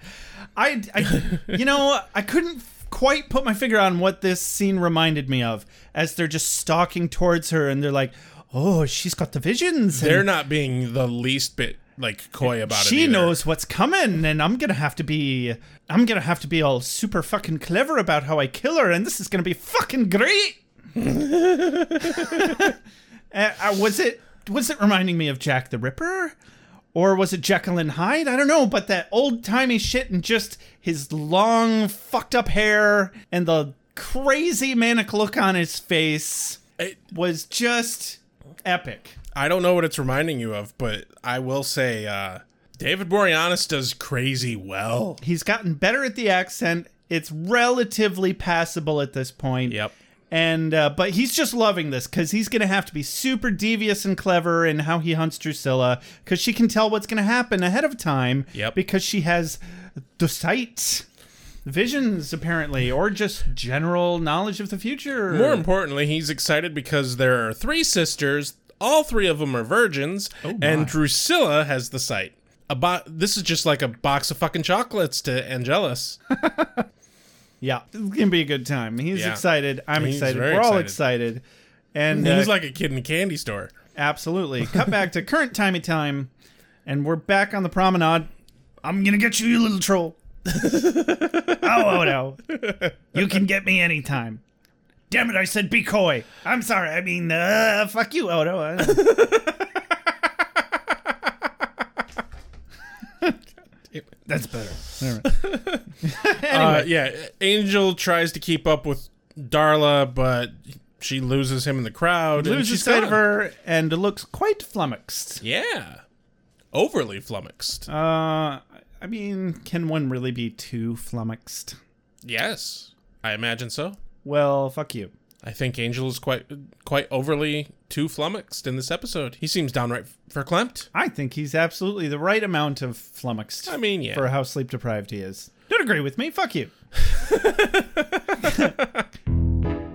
Speaker 6: I, I- you know, I couldn't quite put my finger on what this scene reminded me of as they're just stalking towards her and they're like, oh, she's got the visions. and
Speaker 7: They're not being the least bit like coy about it.
Speaker 6: she
Speaker 7: either.
Speaker 6: knows what's coming and I'm going to have to be, I'm going to have to be all super fucking clever about how I kill her and this is going to be fucking great. Uh, uh, was it, was it reminding me of Jack the Ripper? or was it Jekyll and Hyde? I don't know, but that old timey shit and just his long fucked up hair and the crazy manic look on his face
Speaker 7: It-
Speaker 6: was just epic.
Speaker 7: I don't know what it's reminding you of, but I will say uh, David Boreanaz does crazy well.
Speaker 6: He's gotten better at the accent. It's relatively passable at this point. And uh, but he's just loving this because he's gonna have to be super devious and clever in how he hunts Drusilla because she can tell what's gonna happen ahead of time.
Speaker 7: Yep.
Speaker 6: Because she has the sight, visions apparently, or just general knowledge of the future.
Speaker 7: More importantly, he's excited because there are three sisters, All three of them are virgins, and Drusilla has the sight. A bo- this is just like a box of fucking chocolates to Angelus.
Speaker 6: Yeah, it's gonna be a good time. He's
Speaker 7: Yeah.
Speaker 6: excited. I'm
Speaker 7: He's
Speaker 6: excited.
Speaker 7: very
Speaker 6: We're all
Speaker 7: excited.
Speaker 6: excited. And uh,
Speaker 7: He's like a kid in a candy store.
Speaker 6: absolutely. Cut back to current timey time, and we're back on the promenade. I'm gonna get you, you little troll. oh, oh no! You can get me anytime. Damn it! I said be coy. I'm sorry. I mean, uh, fuck you, Odo. Uh, That's better. All right.
Speaker 7: Uh, yeah, Angel tries to keep up with Darla, but she loses him in the crowd. and
Speaker 6: Loses
Speaker 7: she's
Speaker 6: sight of
Speaker 7: gone.
Speaker 6: her and looks quite flummoxed.
Speaker 7: Yeah, overly flummoxed.
Speaker 6: Uh, I mean, can one really be too flummoxed?
Speaker 7: yes, I imagine so.
Speaker 6: Well, fuck you.
Speaker 7: I think Angel is quite quite overly too flummoxed in this episode. He seems downright verklempt.
Speaker 6: I think he's absolutely the right amount of flummoxed.
Speaker 7: I mean, yeah.
Speaker 6: for how sleep deprived he is. Don't agree with me. Fuck you.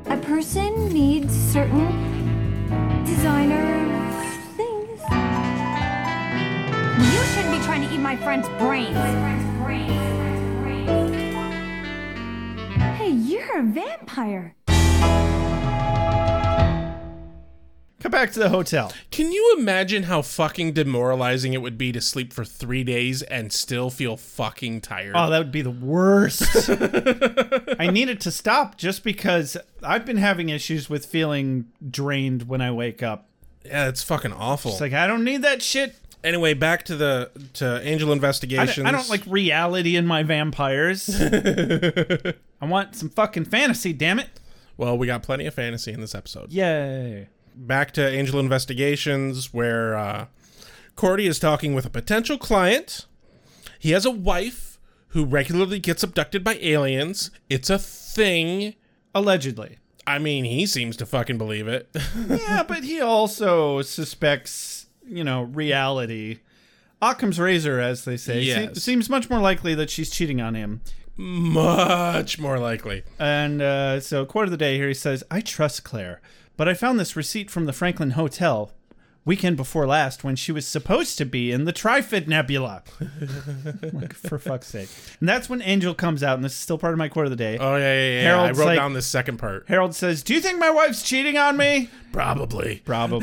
Speaker 1: A person needs certain designer things. You shouldn't be trying to eat my friend's brains. Hey, you're a vampire.
Speaker 6: Come back to the hotel.
Speaker 7: Can you imagine how fucking demoralizing it would be to sleep for three days and still feel fucking tired?
Speaker 6: Oh, that would be the worst. I needed to stop just because I've been having issues with feeling drained when I wake up.
Speaker 7: yeah, that's fucking awful.
Speaker 6: It's like I don't need that shit.
Speaker 7: anyway, back to the to Angel
Speaker 6: I
Speaker 7: investigations.
Speaker 6: don't, I don't like reality in my vampires. I want some fucking fantasy, damn it.
Speaker 7: Well, we got plenty of fantasy in this episode.
Speaker 6: Yay.
Speaker 7: back to Angel Investigations, where uh, Cordy is talking with a potential client. He has a wife who regularly gets abducted by aliens. It's a thing.
Speaker 6: Allegedly.
Speaker 7: I mean, he seems to fucking believe it.
Speaker 6: Yeah, but he also suspects, you know, reality. Occam's razor, as they say,
Speaker 7: Yes.
Speaker 6: se- seems much more likely that she's cheating on him.
Speaker 7: Much more likely.
Speaker 6: And uh, so, quote of the day here he says, I trust Claire, but I found this receipt from the Franklin Hotel weekend before last when she was supposed to be in the Trifid Nebula. like, for fuck's sake. And that's when Angel comes out, and this is still part of my quote of the day.
Speaker 7: Oh, yeah, yeah, yeah.
Speaker 6: Harold's
Speaker 7: I wrote
Speaker 6: like-
Speaker 7: down this second part.
Speaker 6: Harold says, Do you think my wife's cheating on me?
Speaker 7: Probably.
Speaker 6: Probably.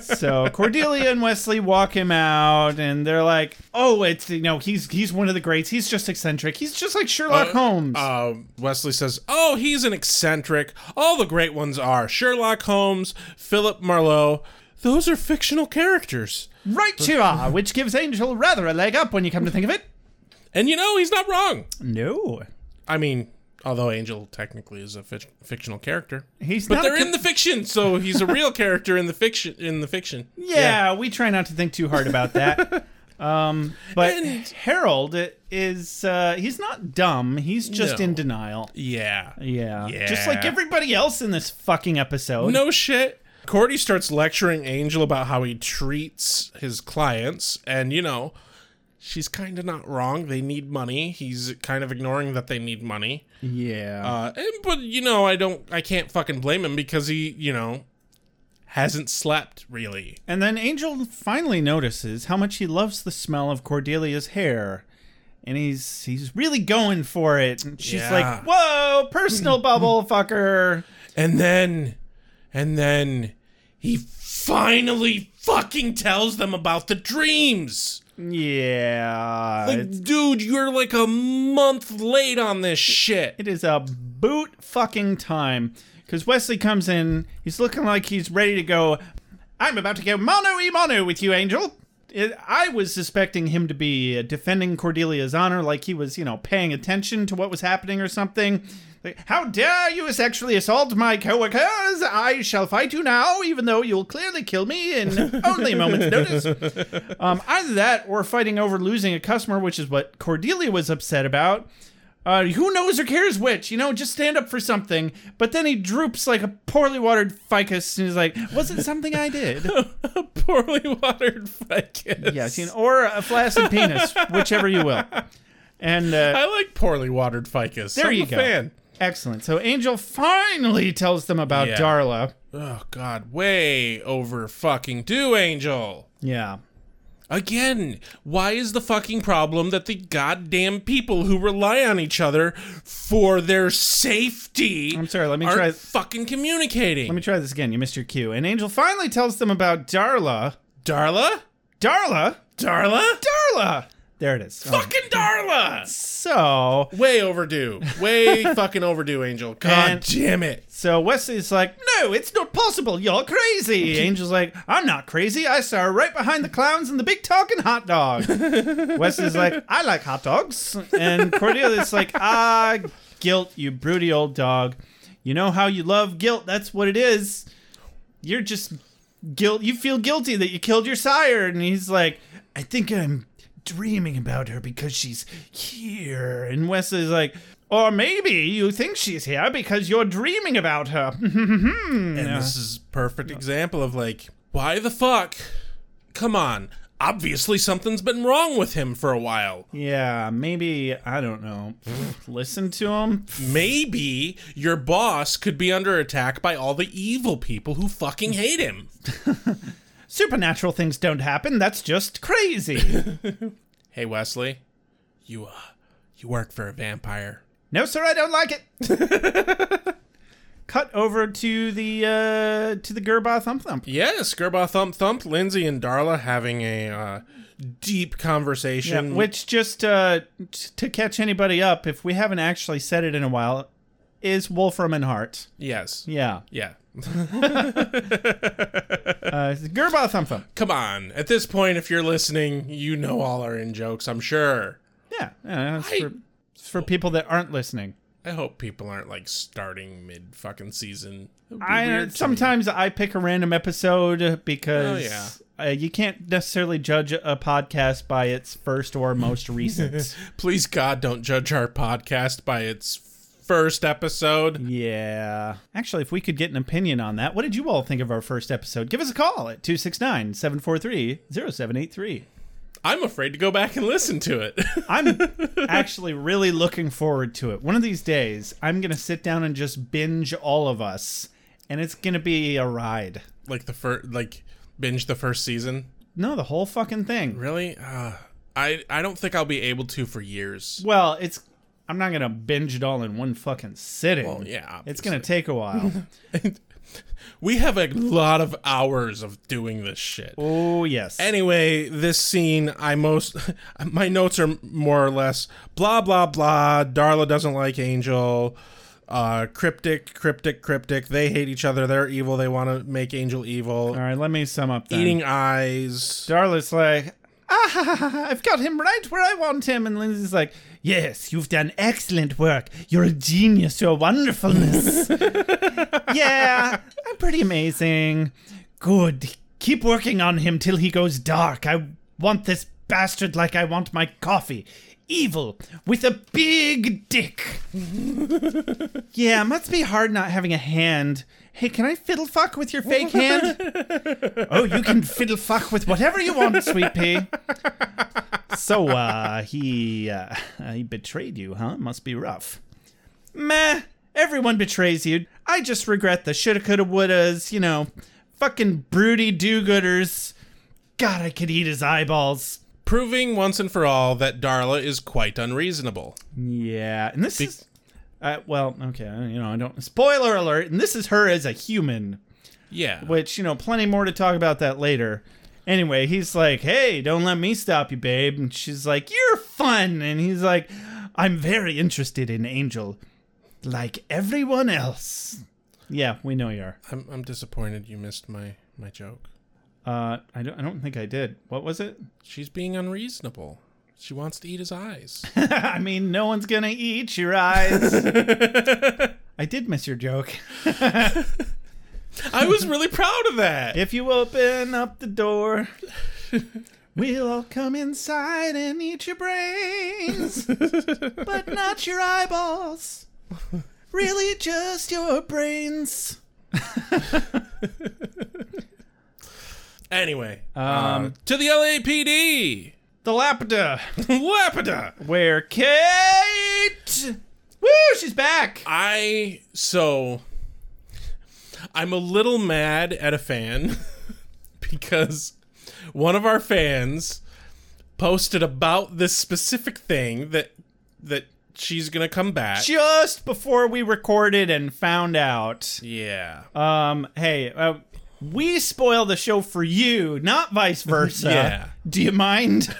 Speaker 6: so Cordelia and Wesley walk him out, and they're like, "Oh, it's you know he's he's one of the greats. He's just eccentric. He's just like Sherlock Holmes."
Speaker 7: Uh, Wesley says, Oh, he's an eccentric. All the great ones are Sherlock Holmes, Philip Marlowe. Those are fictional characters.
Speaker 6: right you are, which gives Angel rather a leg up when you come to think of it.
Speaker 7: And you know, he's not wrong.
Speaker 6: No,
Speaker 7: I mean, although Angel technically is a fic- fictional character,
Speaker 6: he's
Speaker 7: but
Speaker 6: not.
Speaker 7: they're
Speaker 6: a co-
Speaker 7: in the fiction, so he's a real character in the fiction. In the fiction,
Speaker 6: yeah, we try not to think too hard about that. um, but
Speaker 7: And-
Speaker 6: Harold is uh, he's not dumb. He's just
Speaker 7: No.
Speaker 6: in denial.
Speaker 7: yeah,
Speaker 6: Yeah.
Speaker 7: Yeah.
Speaker 6: just like everybody else in this fucking episode.
Speaker 7: no shit. Cordy starts lecturing Angel about how he treats his clients, and you know, she's kind of not wrong. They need money. He's kind of ignoring that they need money.
Speaker 6: Yeah.
Speaker 7: Uh, and, but you know, I don't, I can't fucking blame him because he, you know, hasn't slept really.
Speaker 6: And then Angel finally notices how much he loves the smell of Cordelia's hair. And he's he's really going for it. And she's
Speaker 7: Yeah.
Speaker 6: like, Whoa, personal bubble fucker.
Speaker 7: And then, and then he finally fucking tells them about the dreams.
Speaker 6: Yeah.
Speaker 7: Like,
Speaker 6: it's-
Speaker 7: dude, you're like a month late on this shit.
Speaker 6: it is a boot fucking time. Cause Wesley comes in, he's looking like he's ready to go. I'm about to go mono e mono with you, Angel. It, I was suspecting him to be uh, defending Cordelia's honor, like he was, you know, paying attention to what was happening or something. Like, how dare you sexually assault my coworkers? I shall fight you now, even though you'll clearly kill me in only a moment's notice. Um, either that or fighting over losing a customer, which is what Cordelia was upset about. Uh, who knows or cares which? You know, just stand up for something. But then he droops like a poorly watered ficus and he's like, was it something I did?
Speaker 7: A poorly watered ficus.
Speaker 6: yes, you know, or a flaccid penis, whichever you will. And uh,
Speaker 7: I like poorly watered ficus.
Speaker 6: There
Speaker 7: I'm
Speaker 6: you
Speaker 7: a
Speaker 6: go.
Speaker 7: Fan.
Speaker 6: Excellent. So Angel finally tells them about
Speaker 7: Yeah.
Speaker 6: Darla.
Speaker 7: Oh God, way over fucking do, Angel.
Speaker 6: Yeah.
Speaker 7: Again, why is the fucking problem that the goddamn people who rely on each other for their safety?
Speaker 6: I'm sorry, let me
Speaker 7: aren't
Speaker 6: try-
Speaker 7: fucking communicating.
Speaker 6: Let me try this again. You missed your cue. And Angel finally tells them about Darla.
Speaker 7: Darla,
Speaker 6: Darla?
Speaker 7: Darla,
Speaker 6: Darla! There it is. All right.
Speaker 7: fucking Darla.
Speaker 6: So,
Speaker 7: Way overdue. Way fucking overdue, Angel. God
Speaker 6: And-
Speaker 7: damn it.
Speaker 6: so Wesley's like, no, it's not possible. You're crazy. Angel's like, I'm not crazy. I saw her right behind the clowns and the big talking hot dog. Wesley's like, I like hot dogs. And Cordelia's like, ah, guilt, you broody old dog. You know how you love guilt. That's what it is. You're just guilt. You feel guilty that you killed your sire. And he's like, I think I'm dreaming about her because she's here. And Wesley's like, or maybe you think she's here because you're dreaming about her.
Speaker 7: And this
Speaker 6: Uh-huh.
Speaker 7: is perfect example of like, why the fuck? Come on. Obviously something's been wrong with him for a while.
Speaker 6: yeah, maybe, I don't know. Listen to him.
Speaker 7: Maybe your boss could be under attack by all the evil people who fucking hate him.
Speaker 6: Supernatural things don't happen. That's just crazy.
Speaker 7: Hey Wesley, you uh you work for a vampire.
Speaker 6: no, sir, I don't like it. Cut over to the uh, to the Gerba thump thump.
Speaker 7: Yes, Gerba Thump Thump, Lindsay and Darla having a uh, deep conversation.
Speaker 6: Yeah, which just uh, t- to catch anybody up, if we haven't actually said it in a while, is Wolfram and Hart.
Speaker 7: yes.
Speaker 6: Yeah,
Speaker 7: Yeah.
Speaker 6: uh, Gerba thump thump.
Speaker 7: Come on. At this point, if you're listening, you know all our in jokes, I'm sure.
Speaker 6: Yeah, yeah it's
Speaker 7: I-
Speaker 6: for, it's for people that aren't listening.
Speaker 7: I hope people aren't like starting mid fucking season. It would be
Speaker 6: I
Speaker 7: weird to
Speaker 6: sometimes I pick a random episode because
Speaker 7: Oh,
Speaker 6: uh, you can't necessarily judge a podcast by its first or most recent.
Speaker 7: me. Please God, don't judge our podcast by its first episode.
Speaker 6: yeah. Actually, if we could get an opinion on that, what did you all think of our first episode? Give us a call at 269 743 0783.
Speaker 7: I'm afraid to go back and listen to it.
Speaker 6: I'm actually really looking forward to it. One of these days, I'm going to sit down and just binge all of us, and it's going to be a ride.
Speaker 7: like the first, like binge the first season.
Speaker 6: No, the whole fucking thing.
Speaker 7: Really? Uh, I I don't think I'll be able to for years.
Speaker 6: Well, it's I'm not gonna binge it all in one fucking sitting.
Speaker 7: Well, yeah,
Speaker 6: it's gonna take a while.
Speaker 7: We have a lot of hours of doing this shit.
Speaker 6: oh yes.
Speaker 7: Anyway, this scene, I most my notes are more or less blah blah blah. Darla doesn't like Angel. Uh, cryptic, cryptic, cryptic. They hate each other. They're evil. They want to make Angel evil.
Speaker 6: all right, let me sum up. Then.
Speaker 7: Eating eyes.
Speaker 6: Darla's like, ah, ha, ha, ha, ha, I've got him right where I want him, and Lindsay's like, Yes, you've done excellent work. You're a genius. Your wonderfulness. yeah, I'm pretty amazing. Good. Keep working on him till he goes dark. I want this bastard like I want my coffee. Evil with a big dick. yeah, must be hard not having a hand. Hey, can I fiddle fuck with your fake hand? oh, you can fiddle fuck with whatever you want, sweet pea. So, uh, he, uh, he betrayed you, huh? Must be rough. Meh, everyone betrays you. I just regret the shoulda, coulda, wouldas, you know, fucking broody do-gooders. God, I could eat his eyeballs.
Speaker 7: Proving once and for all that Darla is quite unreasonable.
Speaker 6: Yeah, and this is, uh, well, okay, you know, I don't, spoiler alert, and this is her as a human.
Speaker 7: Yeah.
Speaker 6: which you know plenty more to talk about that later anyway he's like hey don't let me stop you babe and she's like you're fun and he's like i'm very interested in angel like everyone else yeah we know you are
Speaker 7: I'm, I'm disappointed you missed my, my joke.
Speaker 6: uh I don't, I don't think i did what was it
Speaker 7: She's being unreasonable. She wants to eat his eyes.
Speaker 6: i mean no one's gonna eat your eyes i did miss your joke
Speaker 7: I was really proud of that.
Speaker 6: if you open up the door We'll all come inside and eat your brains, but not your eyeballs. Really, just your brains.
Speaker 7: Anyway, um, to the LAPD.
Speaker 6: The Lapida,
Speaker 7: Lapida.
Speaker 6: where Kate Woo! She's back.
Speaker 7: I so I'm a little mad at a fan because one of our fans posted about this specific thing that that she's gonna come back.
Speaker 6: Just before we recorded and found out.
Speaker 7: yeah.
Speaker 6: Um, hey, uh, we spoil the show for you, not vice versa.
Speaker 7: Yeah.
Speaker 6: Do you mind?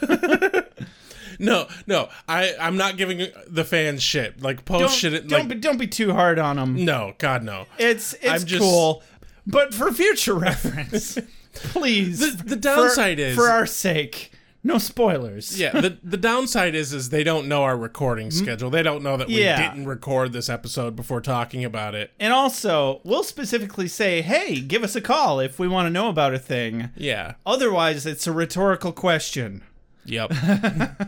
Speaker 7: no, no. I I'm not giving the fans shit. Like post shit.
Speaker 6: don't,
Speaker 7: like
Speaker 6: be, don't be too hard on them.
Speaker 7: no, God no.
Speaker 6: It's it's
Speaker 7: I'm just-
Speaker 6: cool, but for future reference, please.
Speaker 7: The- the
Speaker 6: for-
Speaker 7: downside is-
Speaker 6: for our sake, no spoilers.
Speaker 7: yeah the, the downside is is they don't know our recording schedule they don't know that we
Speaker 6: Mm. Yeah.
Speaker 7: didn't record this episode before talking about it
Speaker 6: And also, we'll specifically say, "Hey, give us a call if we want to know about a thing."
Speaker 7: yeah
Speaker 6: Otherwise, it's a rhetorical question.
Speaker 7: yep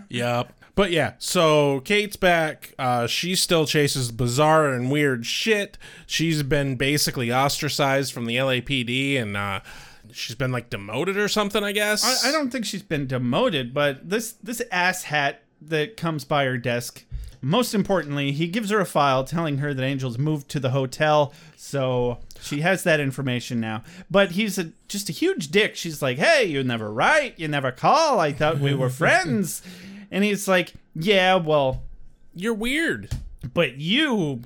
Speaker 7: yep but yeah so kate's back uh, she still chases bizarre and weird shit she's been basically ostracized from the lapd and uh, she's been like demoted or something i guess
Speaker 6: I, I don't think she's been demoted, but this this asshat that comes by her desk. Most importantly, he gives her a file telling her that Angel's moved to the hotel, so she has that information now. But he's a, just a huge dick. She's like, "Hey, you never write, you never call. I thought we were friends," and he's like, "Yeah, well,
Speaker 7: you're weird
Speaker 6: but you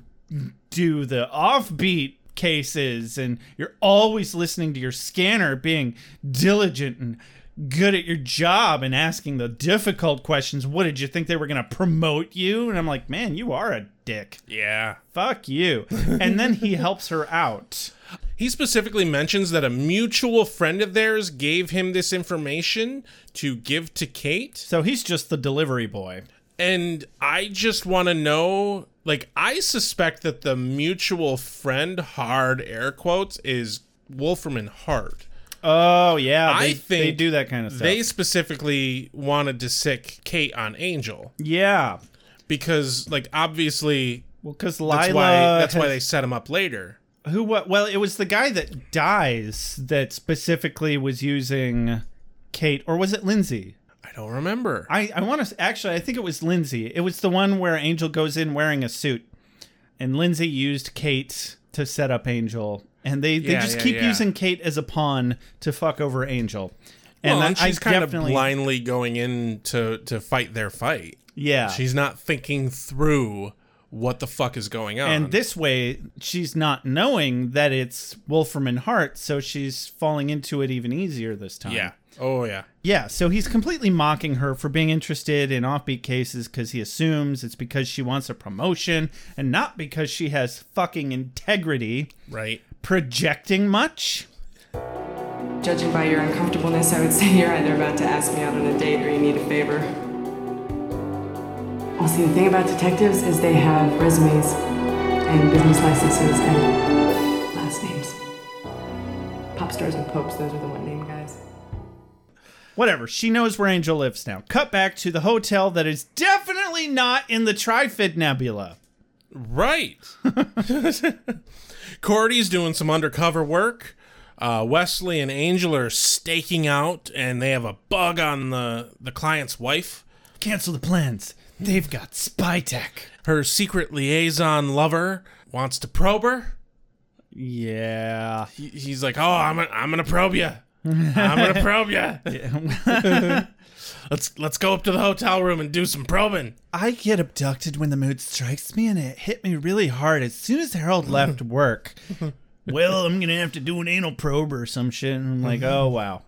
Speaker 6: do the offbeat cases and you're always listening to your scanner being diligent and good at your job and asking the difficult questions what did you think they were going to promote you and i'm like man you are a dick
Speaker 7: yeah
Speaker 6: fuck you and then he helps her out
Speaker 7: He specifically mentions that a mutual friend of theirs gave him this information to give to Kate.
Speaker 6: so he's just the delivery boy
Speaker 7: And I just want to know like, I suspect that the mutual friend, hard air quotes, is Wolfram and Hart.
Speaker 6: oh yeah they,
Speaker 7: I think
Speaker 6: they do that kind of stuff
Speaker 7: They specifically wanted to sick Kate on Angel
Speaker 6: yeah
Speaker 7: because, like, obviously
Speaker 6: well because
Speaker 7: that's
Speaker 6: Lila
Speaker 7: why that's
Speaker 6: has-
Speaker 7: why they set him up later.
Speaker 6: Who? What? Well, it was the guy that dies that specifically was using Kate, or was it Lindsay?
Speaker 7: I don't remember.
Speaker 6: I I want to actually. I think it was Lindsay. It was the one where Angel goes in wearing a suit, and Lindsay used Kate to set up Angel, and they they
Speaker 7: Yeah,
Speaker 6: just
Speaker 7: yeah,
Speaker 6: keep
Speaker 7: yeah.
Speaker 6: using Kate as a pawn to fuck over Angel. And,
Speaker 7: well,
Speaker 6: I-
Speaker 7: and she's
Speaker 6: I
Speaker 7: kind of
Speaker 6: definitely-
Speaker 7: blindly going in to to fight their fight.
Speaker 6: Yeah,
Speaker 7: She's not thinking through what the fuck is going on.
Speaker 6: And this way, she's not knowing that it's Wolfram and Hart, so she's falling into it even easier this time.
Speaker 7: yeah. Oh yeah.
Speaker 6: Yeah, so he's completely mocking her for being interested in offbeat cases because he assumes it's because she wants a promotion and not because she has fucking integrity.
Speaker 7: Right.
Speaker 6: Projecting much?
Speaker 9: Judging by your uncomfortableness, I would say you're either about to ask me out on a date or you need a favor. Well, see, the thing about detectives is they have resumes and business licenses and last names. Pop stars and popes, those are the one name guys.
Speaker 6: Whatever, she knows where Angel lives now. Cut back to the hotel that is definitely not in the Trifid Nebula.
Speaker 7: Right. Cordy's doing some undercover work. Uh, Wesley and Angel are staking out, and they have a bug on the the client's wife.
Speaker 6: Cancel the plans. They've got spy tech.
Speaker 7: Her secret liaison lover wants to probe her.
Speaker 6: Yeah.
Speaker 7: He- He's like, "Oh, I'm gonna, I'm gonna probe you. I'm gonna probe you. let's let's go up to the hotel room and do some probing."
Speaker 6: I get abducted when the mood strikes me, and it hit me really hard as soon as Harold left work. well, I'm gonna have to do an anal probe or some shit. And I'm like, oh wow,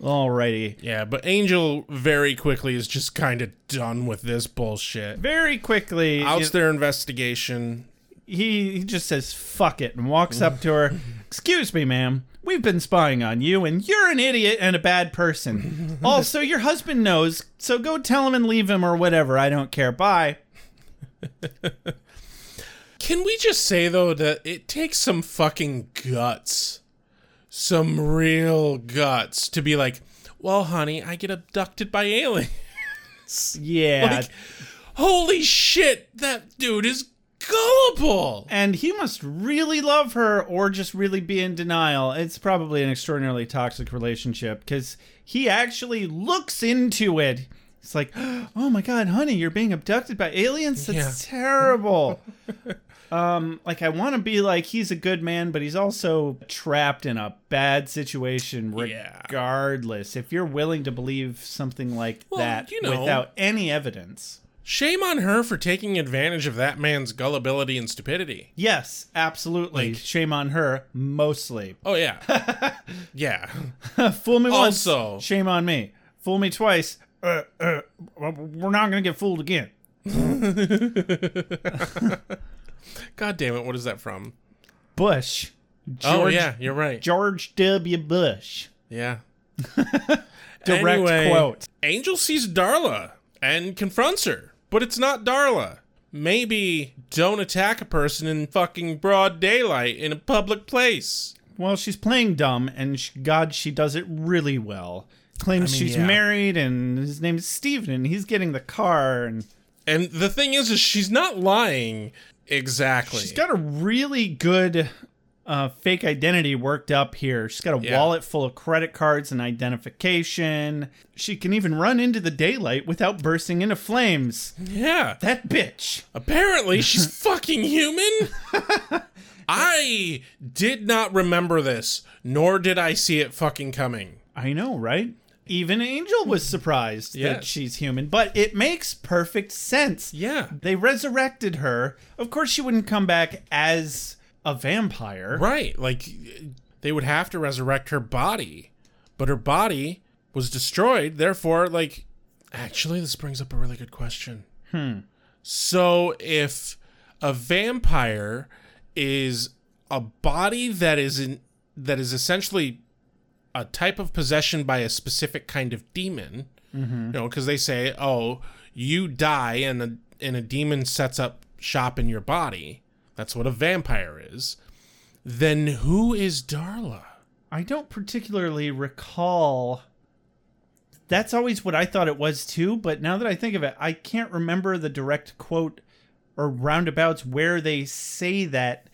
Speaker 6: alrighty.
Speaker 7: Yeah, but Angel very quickly is just kind of done with this bullshit.
Speaker 6: Very quickly,
Speaker 7: Outs their investigation.
Speaker 6: he he just says fuck it and walks up to her. Excuse me, ma'am. We've been spying on you, and you're an idiot and a bad person. also, your husband knows, so go tell him and leave him or whatever. I don't care. Bye.
Speaker 7: Can we just say though that it takes some fucking guts, some real guts, to be like, "Well, honey, I get abducted by aliens."
Speaker 6: Yeah.
Speaker 7: Like, holy shit, that dude is gullible.
Speaker 6: And he must really love her or just really be in denial. It's probably an extraordinarily toxic relationship because he actually looks into it. He's It's like, oh my god, honey, you're being abducted by aliens. That's terrible. um, like I want to be like he's a good man, but he's also trapped in a bad situation.
Speaker 7: Yeah.
Speaker 6: Regardless, if you're willing to believe something like
Speaker 7: Well,
Speaker 6: that
Speaker 7: you know-
Speaker 6: without any evidence,
Speaker 7: Shame on her for taking advantage of that man's gullibility and stupidity.
Speaker 6: yes, absolutely.
Speaker 7: Like-
Speaker 6: Shame on her, mostly.
Speaker 7: Oh yeah, yeah.
Speaker 6: Fool me once,
Speaker 7: Also-
Speaker 6: shame on me. Fool me twice, uh, uh, we're not gonna get fooled again.
Speaker 7: God damn it! What is that from?
Speaker 6: Bush. George,
Speaker 7: oh yeah, you're right.
Speaker 6: George W. Bush.
Speaker 7: yeah.
Speaker 6: Direct
Speaker 7: Anyway.
Speaker 6: quote.
Speaker 7: Angel sees Darla and confronts her, but it's not Darla. Maybe don't attack a person in fucking broad daylight in a public place.
Speaker 6: Well, she's playing dumb, and sh God, she does it really well. Claims
Speaker 7: mean,
Speaker 6: she's
Speaker 7: yeah.
Speaker 6: married, and his name's Steven, and he's getting the car, and
Speaker 7: And the thing is, is she's not lying exactly.
Speaker 6: she's got a really good uh, fake identity worked up here. She's got a
Speaker 7: Yeah.
Speaker 6: wallet full of credit cards and identification. She can even run into the daylight without bursting into flames.
Speaker 7: yeah.
Speaker 6: That bitch.
Speaker 7: Apparently, she's fucking human. I did not remember this, nor did I see it fucking coming.
Speaker 6: I know, right? Even Angel was surprised
Speaker 7: Yes.
Speaker 6: that she's human, but it makes perfect sense.
Speaker 7: Yeah.
Speaker 6: They resurrected her. Of course, she wouldn't come back as a vampire.
Speaker 7: Right. Like they would have to resurrect her body, but her body was destroyed. Therefore, like actually this brings up a really good question. Hmm. So if a vampire is a body that is in that is essentially a type of possession by a specific kind of demon, you know, because they say, "Oh, you die and a and a demon sets up shop in your body." That's what a vampire is. Then who is Darla?
Speaker 6: I don't particularly recall. That's always what I thought it was, too, but now that I think of it, I can't remember the direct quote or roundabouts where they say that.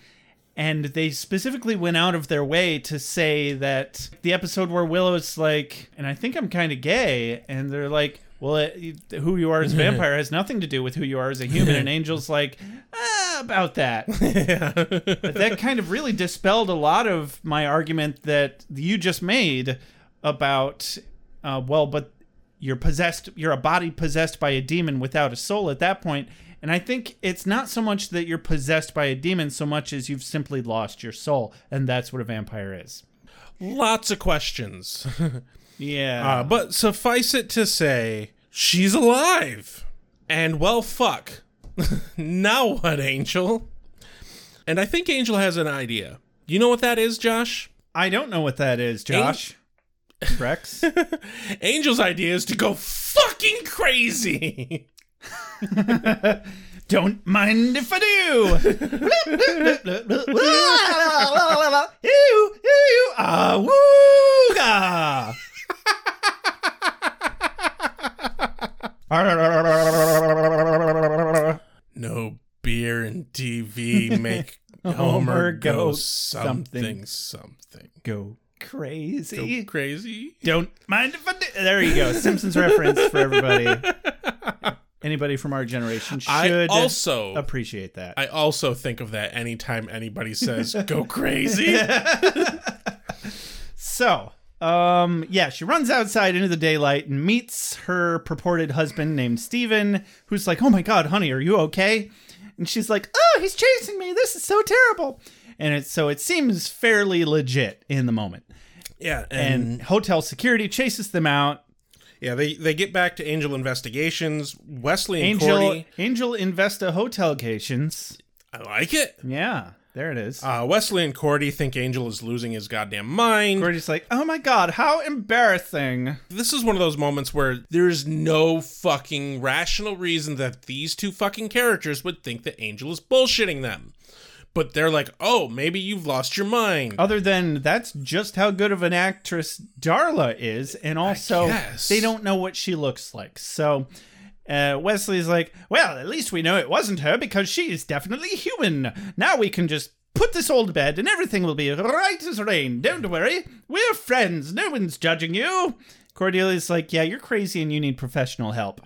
Speaker 6: And they specifically went out of their way to say that the episode where Willow's like, and I think I'm kind of gay, and they're like, well, it, who you are as a vampire has nothing to do with who you are as a human. And Angel's like, ah, about that. But that kind of really dispelled a lot of my argument that you just made about, uh, well, but you're possessed, you're a body possessed by a demon without a soul at that point. And I think it's not so much that you're possessed by a demon so much as you've simply lost your soul. And that's what a vampire is.
Speaker 7: Lots of questions.
Speaker 6: Yeah.
Speaker 7: Uh, but suffice it to say, she's alive. And well, fuck. now what, Angel? And I think Angel has an idea. You know what that is, Josh?
Speaker 6: I don't know what that is, Josh. Rex?
Speaker 7: Angel's idea is to go fucking crazy.
Speaker 6: Don't mind if I do. Ew, ew, ah, wooga.
Speaker 7: no beer and TV make Homer go something, E. something.
Speaker 6: Go
Speaker 7: Go
Speaker 6: crazy.
Speaker 7: crazy.
Speaker 6: Don't mind if I do. There you go. Simpsons reference for everybody. Anybody from our generation
Speaker 7: I
Speaker 6: should
Speaker 7: also
Speaker 6: appreciate that.
Speaker 7: I also think of that anytime anybody says "go crazy."
Speaker 6: So, um, yeah, she runs outside into the daylight and meets her purported husband named Steven, who's like, Oh my god, honey, are you okay? And she's like, Oh, he's chasing me. This is so terrible. And it's so it seems fairly legit in the moment.
Speaker 7: Yeah,
Speaker 6: And
Speaker 7: Mm.
Speaker 6: hotel security chases them out.
Speaker 7: yeah, they they get back to Angel Investigations. Wesley and
Speaker 6: Angel
Speaker 7: Cordy,
Speaker 6: Angel Investa Hotelcations.
Speaker 7: I like it.
Speaker 6: Yeah, there it is.
Speaker 7: Uh, Wesley and Cordy think Angel is losing his goddamn mind.
Speaker 6: We're just like, oh my god, how embarrassing.
Speaker 7: This is one of those moments where there is no fucking rational reason that these two fucking characters would think that Angel is bullshitting them. But they're like, oh, maybe you've lost your mind.
Speaker 6: other than that's just how good of an actress Darla is, and also
Speaker 7: guess.
Speaker 6: they don't know what she looks like. So uh, Wesley's like, "Well, at least we know it wasn't her because she is definitely human. Now we can just put this all to bed, and everything will be right as rain. Don't worry, we're friends. No one's judging you." Cordelia's like, yeah, you're crazy and you need professional help.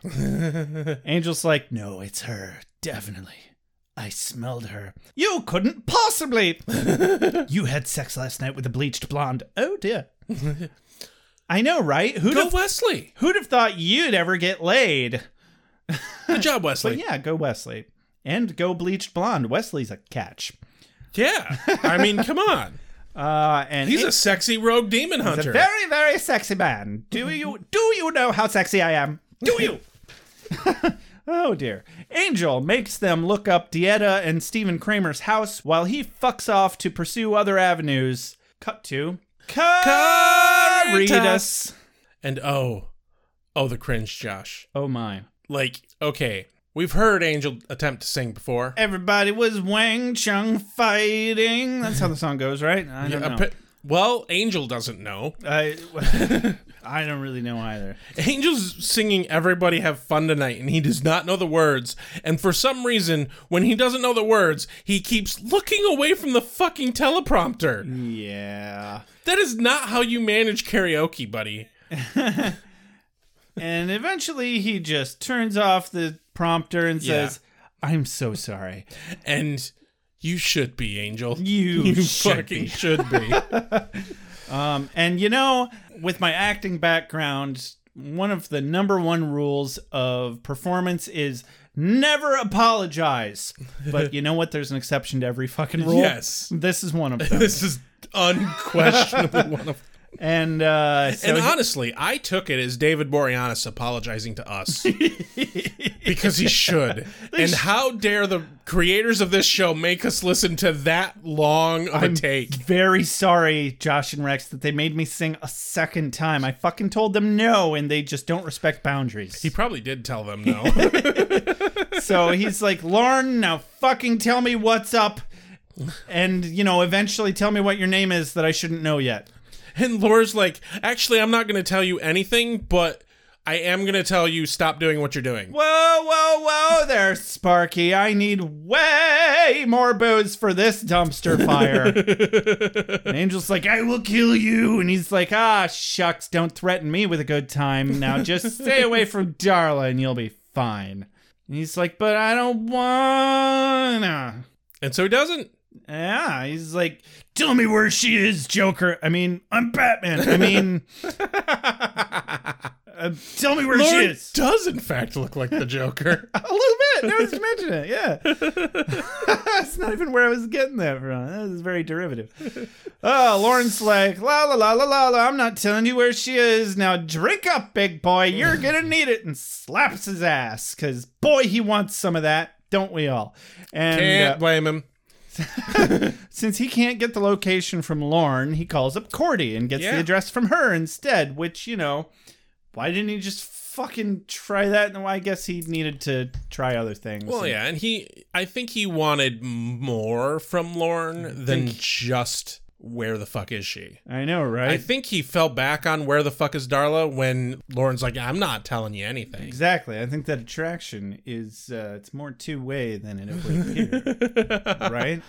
Speaker 6: Angel's like, no, it's her. Definitely. I smelled her. You couldn't possibly. you had sex last night with a bleached blonde. Oh, dear. I know, right? Who'd
Speaker 7: Go
Speaker 6: have,
Speaker 7: Wesley.
Speaker 6: who'd have thought you'd ever get laid?
Speaker 7: Good job,
Speaker 6: But
Speaker 7: Wesley.
Speaker 6: yeah, go Wesley. And go bleached blonde. Wesley's a catch.
Speaker 7: yeah. I mean, come on.
Speaker 6: Uh, and
Speaker 7: He's
Speaker 6: it-
Speaker 7: a sexy rogue demon
Speaker 6: He's
Speaker 7: hunter. Mm-hmm.
Speaker 6: a very, very sexy man. Do you do you know how sexy I am? Do you? oh dear. Angel makes them look up Dieta and Stephen Kramer's house while he fucks off to pursue other avenues. Cut to Caritas.
Speaker 7: and oh, oh, the cringe, Josh.
Speaker 6: Oh my.
Speaker 7: Like, okay, we've heard Angel attempt to sing before.
Speaker 6: Everybody was Wang Chung fighting. That's how the song goes, right? I don't
Speaker 7: Yeah,
Speaker 6: know.
Speaker 7: appa- well, Angel doesn't know.
Speaker 6: I, I don't really know either.
Speaker 7: Angel's singing Everybody Have Fun Tonight, and he does not know the words. And for some reason, when he doesn't know the words, he keeps looking away from the fucking teleprompter.
Speaker 6: Yeah.
Speaker 7: That is not how you manage karaoke, buddy.
Speaker 6: And eventually he just turns off the prompter and says, I'm so sorry.
Speaker 7: And you should be, Angel.
Speaker 6: You should
Speaker 7: fucking
Speaker 6: be.
Speaker 7: should be.
Speaker 6: And you know, with my acting background, one of the number one rules of performance is never apologize. But you know what? There's an exception to every fucking rule.
Speaker 7: Yes.
Speaker 6: This is one of them.
Speaker 7: this is unquestionably one of.
Speaker 6: and uh, so
Speaker 7: and
Speaker 6: he-
Speaker 7: honestly, I took it as David Boreanaz apologizing to us because he should. and how dare the creators of this show make us listen to that long of a take?
Speaker 6: very sorry, Josh and Rex, that they made me sing a second time. I fucking told them no, and they just don't respect boundaries.
Speaker 7: He probably did tell them no.
Speaker 6: So he's like, Lauren, now fucking tell me what's up. And, you know, eventually tell me what your name is that I shouldn't know yet.
Speaker 7: and Laura's like, actually, I'm not going to tell you anything, but I am going to tell you stop doing what you're doing.
Speaker 6: Whoa, whoa, whoa there, Sparky. I need way more booze for this dumpster fire. and Angel's like, I will kill you. And he's like, ah, shucks, don't threaten me with a good time. Now just stay away from Darla and you'll be fine. And he's like, but I don't wanna.
Speaker 7: And so he doesn't.
Speaker 6: Yeah, he's like, tell me where she is, Joker. I mean, I'm Batman. I mean, uh, tell me where she
Speaker 7: Lauren
Speaker 6: is.
Speaker 7: does, in fact, look like the Joker.
Speaker 6: A little bit. Now that you mention it, yeah. That's not even where I was getting that from. That is very derivative. Oh, Lauren's like, la la la la la la. I'm not telling you where she is. Now drink up, big boy. You're gonna need it. And slaps his ass because boy, he wants some of that. Don't we all? And
Speaker 7: Can't
Speaker 6: uh,
Speaker 7: blame him.
Speaker 6: since he can't get the location from Lorne, he calls up Cordy and gets the
Speaker 7: Yeah.
Speaker 6: address from her instead, which, you know, why didn't he just fucking try that? And well, I guess he needed to try other things.
Speaker 7: Well,
Speaker 6: And-
Speaker 7: yeah, and he, I think he wanted more from Lorne than just where the fuck is she.
Speaker 6: I know, right?
Speaker 7: I think he fell back on where the fuck is Darla when Lauren's like, I'm not telling you anything.
Speaker 6: exactly. I think that attraction is uh, it's more two way than it would appear, right?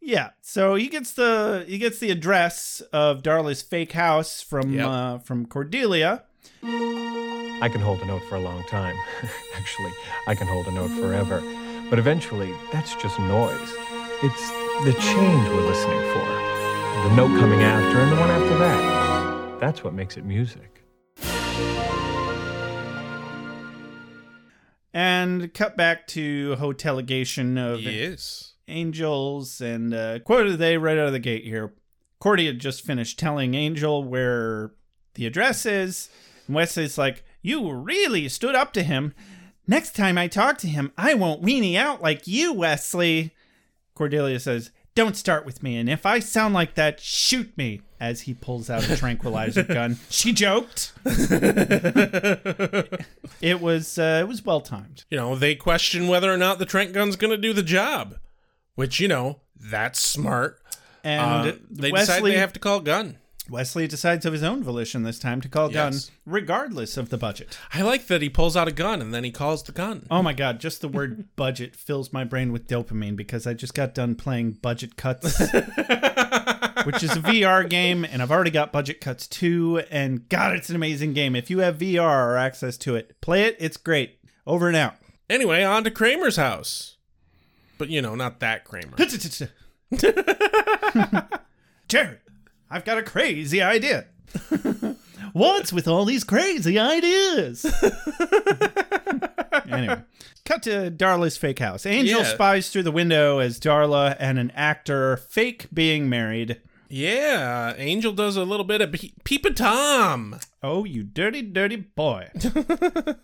Speaker 6: Yeah. So he gets the he gets the address of Darla's fake house from
Speaker 7: Yep.
Speaker 6: uh, from Cordelia.
Speaker 10: I can hold a note for a long time. Actually, I can hold a note forever. But eventually, that's just noise. It's the change we're listening for. The note coming after and the one after that. That's what makes it music.
Speaker 6: And cut back to hoteligation of
Speaker 7: Yes.
Speaker 6: Angels and uh, quote of the day right out of the gate here. Cordy had just finished telling Angel where the address is, and Wesley's like, "You really stood up to him. Next time I talk to him, I won't weenie out like you, Wesley." Cordelia says, "Don't start with me, and if I sound like that, shoot me." As he pulls out a tranquilizer gun, she joked. it was uh, it was well timed.
Speaker 7: You know, they question whether or not the Trent gun's going to do the job, which, you know, that's smart.
Speaker 6: And
Speaker 7: Uh, they decide
Speaker 6: Wesley
Speaker 7: they have to call gun.
Speaker 6: Wesley decides of his own volition this time to call
Speaker 7: Yes.
Speaker 6: gun, regardless of the budget.
Speaker 7: I like that he pulls out a gun and then he calls the gun.
Speaker 6: Oh my god, just the word budget fills my brain with dopamine because I just got done playing budget cuts which is a VR game, and I've already got budget cuts too. And God, it's an amazing game. If you have VR or access to it, play it. It's great. Over and out.
Speaker 7: Anyway, on to Kramer's house. But you know, not that Kramer.
Speaker 6: Jared, I've got a crazy idea. What's with all these crazy ideas? anyway, cut to Darla's fake house. Angel
Speaker 7: Yeah.
Speaker 6: spies through the window as Darla and an actor fake being married.
Speaker 7: yeah, Angel does a little bit of pe- Peepa Tom.
Speaker 6: Oh, you dirty, dirty boy.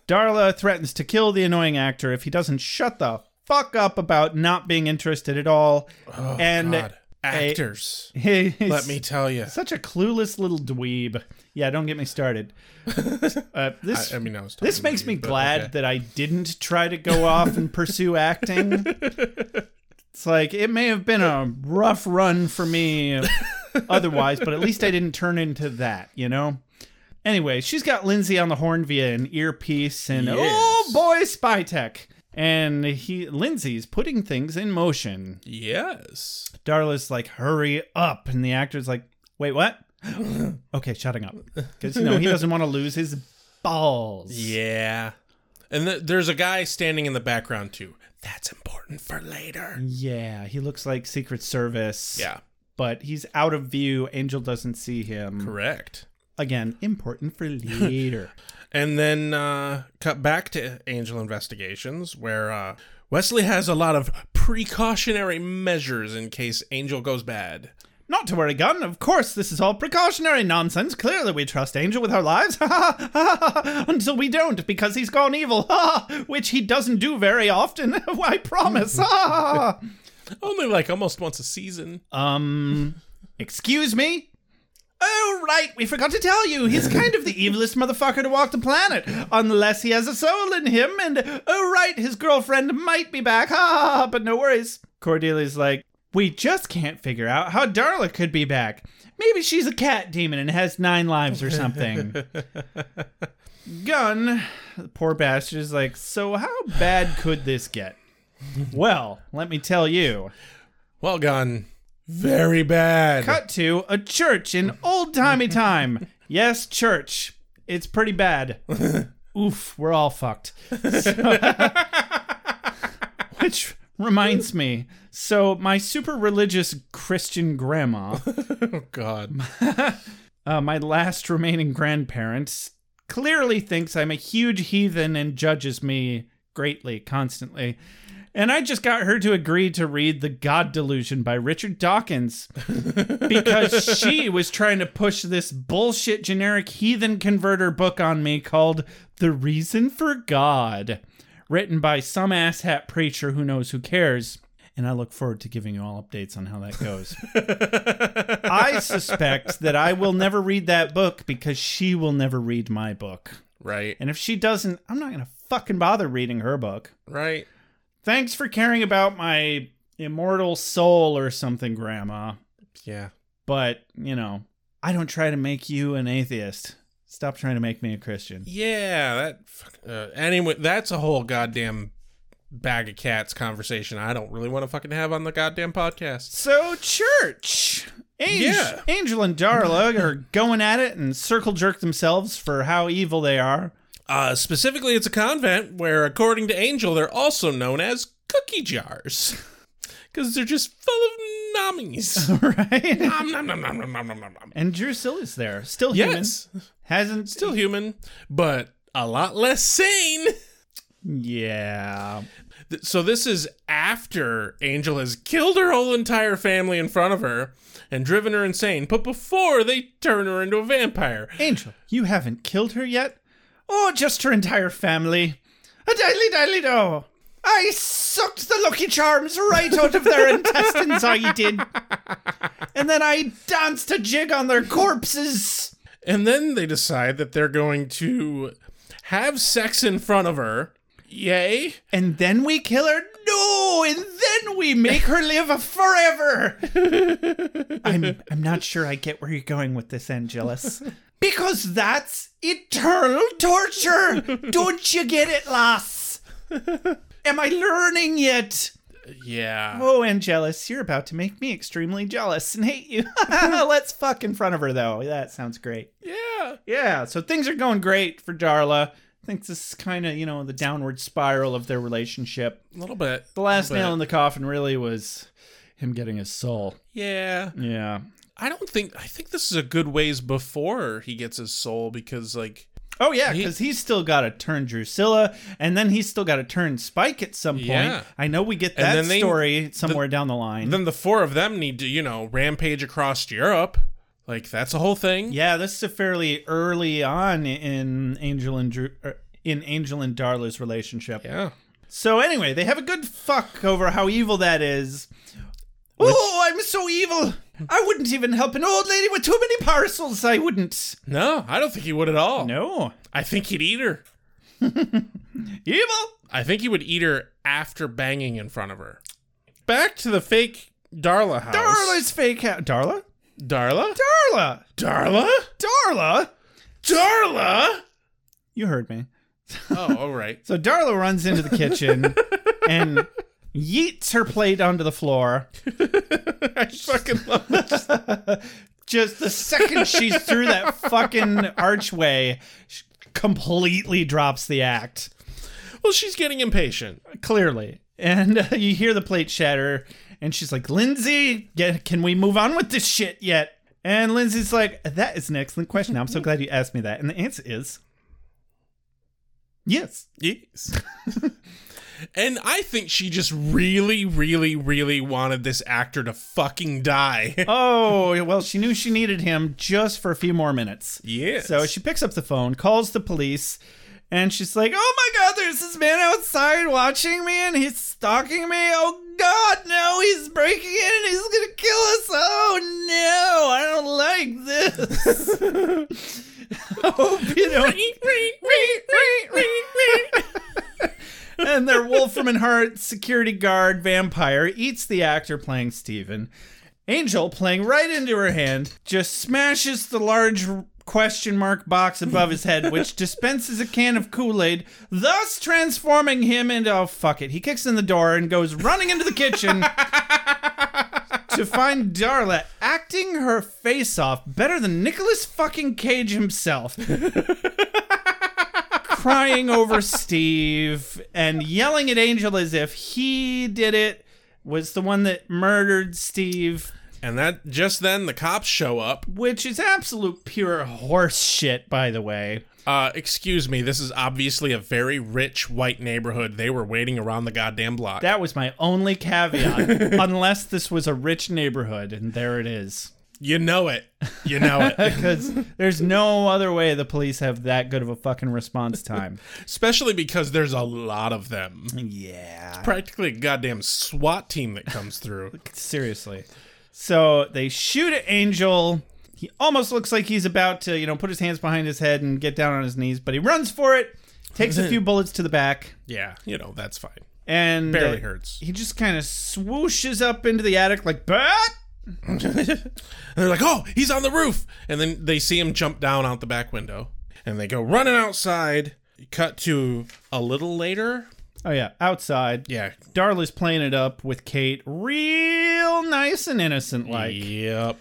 Speaker 6: Darla threatens to kill the annoying actor if he doesn't shut the fuck up about not being interested at all. and
Speaker 7: Oh, God, actors.
Speaker 6: he's
Speaker 7: let me tell you.
Speaker 6: such a clueless little dweeb. Yeah, don't get me started. Uh, this
Speaker 7: I- I mean, I was talking
Speaker 6: this
Speaker 7: about
Speaker 6: makes
Speaker 7: you,
Speaker 6: me
Speaker 7: but
Speaker 6: glad
Speaker 7: okay.
Speaker 6: that I didn't try to go off and pursue acting. It's like it may have been a rough run for me otherwise, but at least I didn't turn into that, you know. Anyway, she's got Lindsay on the horn via an earpiece and oh
Speaker 7: Yes.
Speaker 6: boy, spy tech. And he Lindsay's putting things in motion.
Speaker 7: Yes.
Speaker 6: Darla's like, hurry up. And the actor's like, wait, what? okay, shutting up. Because, you know, he doesn't want to lose his balls.
Speaker 7: Yeah. And th- there's a guy standing in the background too. That's important for later.
Speaker 6: Yeah, he looks like Secret Service.
Speaker 7: Yeah.
Speaker 6: But he's out of view. Angel doesn't see him.
Speaker 7: Correct.
Speaker 6: Again, important for later.
Speaker 7: And then uh, cut back to Angel Investigations, where uh, Wesley has a lot of precautionary measures in case Angel goes bad.
Speaker 6: Not to worry, Gun. Of course, this is all precautionary nonsense. Clearly, we trust Angel with our lives. Until we don't, because he's gone evil. Which he doesn't do very often. I promise.
Speaker 7: Only like almost once a season.
Speaker 6: Um, excuse me? Oh, right, we forgot to tell you. He's kind of the evilest motherfucker to walk the planet, unless he has a soul in him, and oh, right, his girlfriend might be back. Ha ha, ha, but no worries. Cordelia's like, we just can't figure out how Darla could be back. Maybe she's a cat demon and has nine lives or something. Gun, the poor bastard, is like, so how bad could this get? Well, let me tell you.
Speaker 7: Well, gone. Very bad.
Speaker 6: Cut to a church in old timey time. Yes, church. It's pretty bad. Oof, we're all fucked. So- which reminds me so, my super religious Christian grandma,
Speaker 7: Oh God.
Speaker 6: uh, my last remaining grandparents, clearly thinks I'm a huge heathen and judges me greatly, constantly. And I just got her to agree to read The God Delusion by Richard Dawkins because she was trying to push this bullshit generic heathen converter book on me called The Reason for God, written by some asshat preacher who knows who cares. And I look forward to giving you all updates on how that goes. I suspect that I will never read that book because she will never read my book.
Speaker 7: Right.
Speaker 6: And if she doesn't, I'm not going to fucking bother reading her book.
Speaker 7: Right.
Speaker 6: Thanks for caring about my immortal soul or something, Grandma.
Speaker 7: Yeah.
Speaker 6: But, you know, I don't try to make you an atheist. Stop trying to make me a Christian.
Speaker 7: Yeah. That. fuck- Uh, anyway, that's a whole goddamn bag of cats conversation. I don't really want to fucking have on the goddamn podcast.
Speaker 6: So, church. Angel,
Speaker 7: Yeah.
Speaker 6: Angel and Darla are going at it and circle jerk themselves for how evil they are.
Speaker 7: Uh, specifically, it's a convent where, according to Angel, they're also known as cookie jars because they're just full of nummies.
Speaker 6: right?
Speaker 7: nom, nom, nom, nom, nom, nom, nom, nom, nom.
Speaker 6: And Drusilla is there. Still human.
Speaker 7: Yes,
Speaker 6: Hasn't.
Speaker 7: still human, but a lot less sane.
Speaker 6: Yeah.
Speaker 7: Th- So this is after Angel has killed her whole entire family in front of her and driven her insane, but before they turn her into a vampire.
Speaker 6: Angel, you haven't killed her yet? Or just her entire family? A dilly dilly do! I sucked the Lucky Charms right out of their intestines, I did. And then I danced a jig on their corpses.
Speaker 7: And then they decide that they're going to have sex in front of her. Yay.
Speaker 6: And then we kill her? No! And then we make her live forever! I'm, I'm not sure I get where you're going with this, Angelus. Because that's eternal torture! Don't you get it, lass? Am I learning yet?
Speaker 7: Yeah.
Speaker 6: Oh, and jealous. You're about to make me extremely jealous and hate you. Let's fuck in front of her, though. That sounds great.
Speaker 7: Yeah.
Speaker 6: Yeah, so things are going great for Darla. I think this is kind of, you know, the downward spiral of their relationship.
Speaker 7: A little bit.
Speaker 6: The last nail in the coffin really was him getting his soul.
Speaker 7: Yeah.
Speaker 6: Yeah.
Speaker 7: I don't think I think this is a good ways before he gets his soul because like
Speaker 6: Oh, yeah,
Speaker 7: He-
Speaker 6: because he's still got to turn Drusilla, and then he's still got to turn Spike at some point.
Speaker 7: Yeah.
Speaker 6: I know we get
Speaker 7: And
Speaker 6: that
Speaker 7: then they-
Speaker 6: story somewhere down the line.
Speaker 7: then the four of them need to, you know, rampage across Europe. Like that's a whole thing.
Speaker 6: Yeah, this is a fairly early on in Angel and Drew, er, in Angel and Darla's relationship.
Speaker 7: Yeah.
Speaker 6: So anyway, they have a good fuck over how evil that is. Oh, I'm so evil. I wouldn't even help an old lady with too many parcels. I wouldn't.
Speaker 7: No, I don't think he would at all.
Speaker 6: No.
Speaker 7: I think he'd eat her.
Speaker 6: Evil.
Speaker 7: I think he would eat her after banging in front of her. Back to the fake Darla house.
Speaker 6: Darla's fake house. Darla?
Speaker 7: Darla?
Speaker 6: Darla.
Speaker 7: Darla?
Speaker 6: Darla.
Speaker 7: Darla?
Speaker 6: You heard me.
Speaker 7: Oh, all right.
Speaker 6: So Darla runs into the kitchen and yeets her plate onto the floor.
Speaker 7: I fucking love that.
Speaker 6: just the second she's through that fucking archway, she completely drops the act.
Speaker 7: Well, she's getting impatient.
Speaker 6: Clearly. And uh, you hear the plate shatter, and she's like, Lindsay, get, can we move on with this shit yet? And Lindsay's like, That is an excellent question. I'm so glad you asked me that. And the answer is yes.
Speaker 7: Yes. and I think she just really, really, really wanted this actor to fucking die.
Speaker 6: Oh, well, she knew she needed him just for a few more minutes.
Speaker 7: Yes.
Speaker 6: So she picks up the phone, calls the police, and she's like, Oh my God, there's this man outside watching me and he's stalking me. Oh God, no, he's breaking in and he's going to kill us. Oh no, I don't like this. I hope you don't. and their Wolfram and Hart security guard vampire eats the actor playing Steven. Angel, playing right into her hand, just smashes the large question mark box above his head, which dispenses a can of Kool Aid, thus transforming him into oh fuck it. He kicks in the door and goes running into the kitchen to find Darla acting her face off better than Nicholas fucking Cage himself. Crying over Steve and yelling at Angel as if he did it, was the one that murdered Steve
Speaker 7: and that just then the cops show up.
Speaker 6: which is absolute pure horse shit, by the way.
Speaker 7: Uh, excuse me, this is obviously a very rich white neighborhood. They were waiting around the goddamn block.
Speaker 6: That was my only caveat, unless this was a rich neighborhood, and there it is.
Speaker 7: you know it. You know it.
Speaker 6: Because there's no other way the police have that good of a fucking response time.
Speaker 7: Especially because there's a lot of them.
Speaker 6: yeah.
Speaker 7: Practically a goddamn SWAT team that comes through.
Speaker 6: Seriously. So they shoot at Angel. He almost looks like he's about to, you know, put his hands behind his head and get down on his knees, but he runs for it, takes a few bullets to the back.
Speaker 7: yeah, you know, that's fine.
Speaker 6: and uh,
Speaker 7: Barely hurts.
Speaker 6: He just kind of swooshes up into the attic like bat.
Speaker 7: And they're like, "Oh, he's on the roof!" And then they see him jump down out the back window, and they go running outside. Cut to a little later.
Speaker 6: Oh yeah, outside.
Speaker 7: Yeah.
Speaker 6: Darla's playing it up with Kate, real nice and innocent like.
Speaker 7: Yep.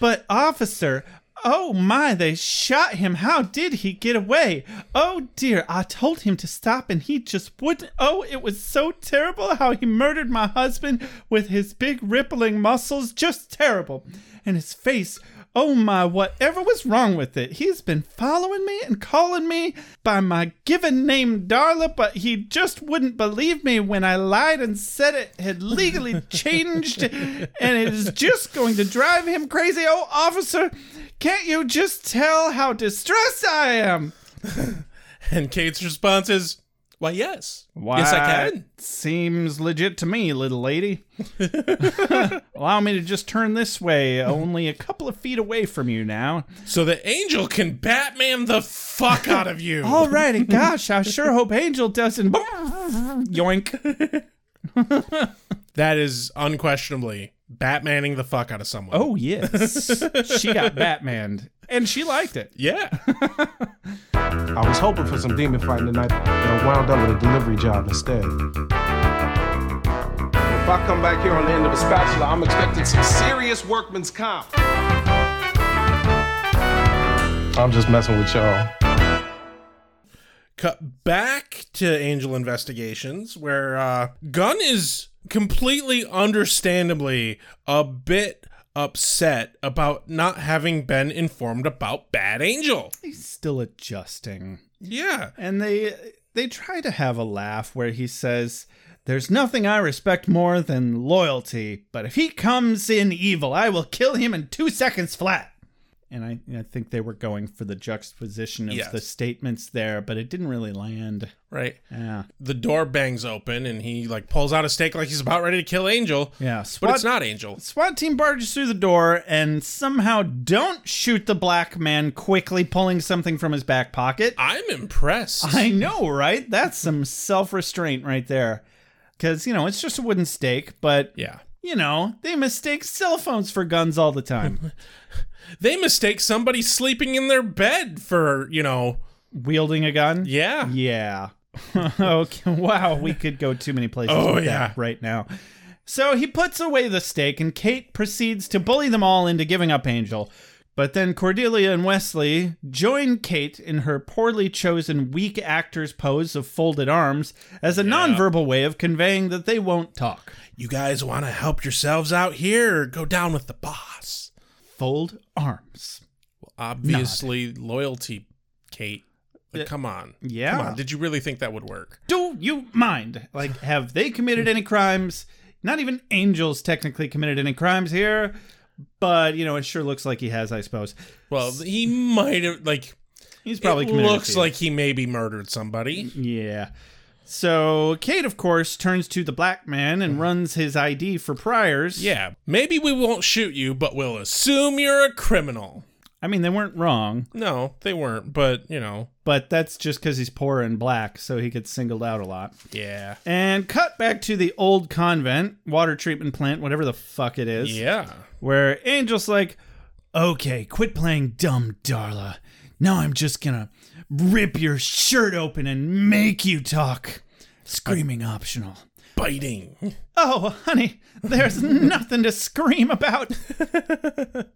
Speaker 6: But officer, oh my, they shot him. How did he get away? Oh dear, I told him to stop and he just wouldn't. Oh, it was so terrible how he murdered my husband with his big rippling muscles. Just terrible. And his face. Oh my, whatever was wrong with it. He's been following me and calling me by my given name, Darla, but he just wouldn't believe me when I lied and said it had legally changed and it is just going to drive him crazy. Oh, officer, can't you just tell how distressed I am?
Speaker 7: And Kate's response is, "Why, yes, yes, I can."
Speaker 6: Seems legit to me, little lady. Allow me to just turn this way, only a couple of feet away from you now.
Speaker 7: So the angel can Batman the fuck out of you.
Speaker 6: All right, and gosh, I sure hope Angel doesn't. Yoink.
Speaker 7: That is unquestionably Batmaning the fuck out of someone.
Speaker 6: Oh, yes. she got Batmaned, and she liked it.
Speaker 7: yeah.
Speaker 11: I was hoping for some demon fighting tonight, but I wound up with a delivery job instead. If I come back here on the end of a spatula, I'm expecting some serious workman's comp. I'm just messing with y'all.
Speaker 7: Cut back to Angel Investigations, where uh, Gunn is completely understandably a bit upset about not having been informed about Bad Angel.
Speaker 6: He's still adjusting.
Speaker 7: Yeah.
Speaker 6: And they they try to have a laugh where he says, "There's nothing I respect more than loyalty, but if he comes in evil, I will kill him in 2 seconds flat." And I, I think they were going for the juxtaposition of
Speaker 7: Yes.
Speaker 6: the statements there, but it didn't really land.
Speaker 7: Right.
Speaker 6: Yeah.
Speaker 7: The door bangs open and he like pulls out a stake like he's about ready to kill Angel.
Speaker 6: Yeah,
Speaker 7: but
Speaker 6: SWAT
Speaker 7: it's not Angel.
Speaker 6: SWAT team barges through the door and somehow don't shoot the black man quickly pulling something from his back pocket.
Speaker 7: I'm impressed.
Speaker 6: I know, right? That's some self restraint right there. Because, you know, it's just a wooden stake, but,
Speaker 7: yeah.
Speaker 6: you know, they mistake cell phones for guns all the time.
Speaker 7: They mistake somebody sleeping in their bed for, you know,
Speaker 6: Wielding a gun?
Speaker 7: yeah.
Speaker 6: Yeah. okay. Wow, we could go too many places
Speaker 7: Oh,
Speaker 6: with
Speaker 7: yeah.
Speaker 6: that right now. So he puts away the stake, and Kate proceeds to bully them all into giving up Angel. But then Cordelia and Wesley join Kate in her poorly chosen weak actor's pose of folded arms as a nonverbal way of conveying that they won't talk.
Speaker 7: You guys want to help yourselves out here or go down with the boss?
Speaker 6: Fold arms.
Speaker 7: Obviously, loyalty, Kate. Like, come on.
Speaker 6: yeah.
Speaker 7: Come on. Did you really think that would work?
Speaker 6: Do you mind? Like, have they committed any crimes? Not even angels technically committed any crimes here, but you know, it sure looks like he has, I suppose.
Speaker 7: Well, he might have, like,
Speaker 6: He's probably
Speaker 7: it
Speaker 6: committed a Mm,
Speaker 7: looks
Speaker 6: few.
Speaker 7: like he maybe murdered somebody.
Speaker 6: Yeah. So Kate, of course, turns to the black man and runs his ID for Priors.
Speaker 7: Mm. Yeah. Maybe we won't shoot you, but we'll assume you're a criminal.
Speaker 6: I mean, they weren't wrong,
Speaker 7: No, they weren't, but, you know,
Speaker 6: but that's just because he's poor and black, so he gets singled out a lot.
Speaker 7: yeah.
Speaker 6: And cut back to the old convent, water treatment plant, whatever the fuck it is.
Speaker 7: Yeah.
Speaker 6: where Angel's like, okay, quit playing dumb, Darla. Now I'm just gonna rip your shirt open and make you talk. Screaming optional.
Speaker 7: Biting.
Speaker 6: Oh, honey, there's nothing to scream about.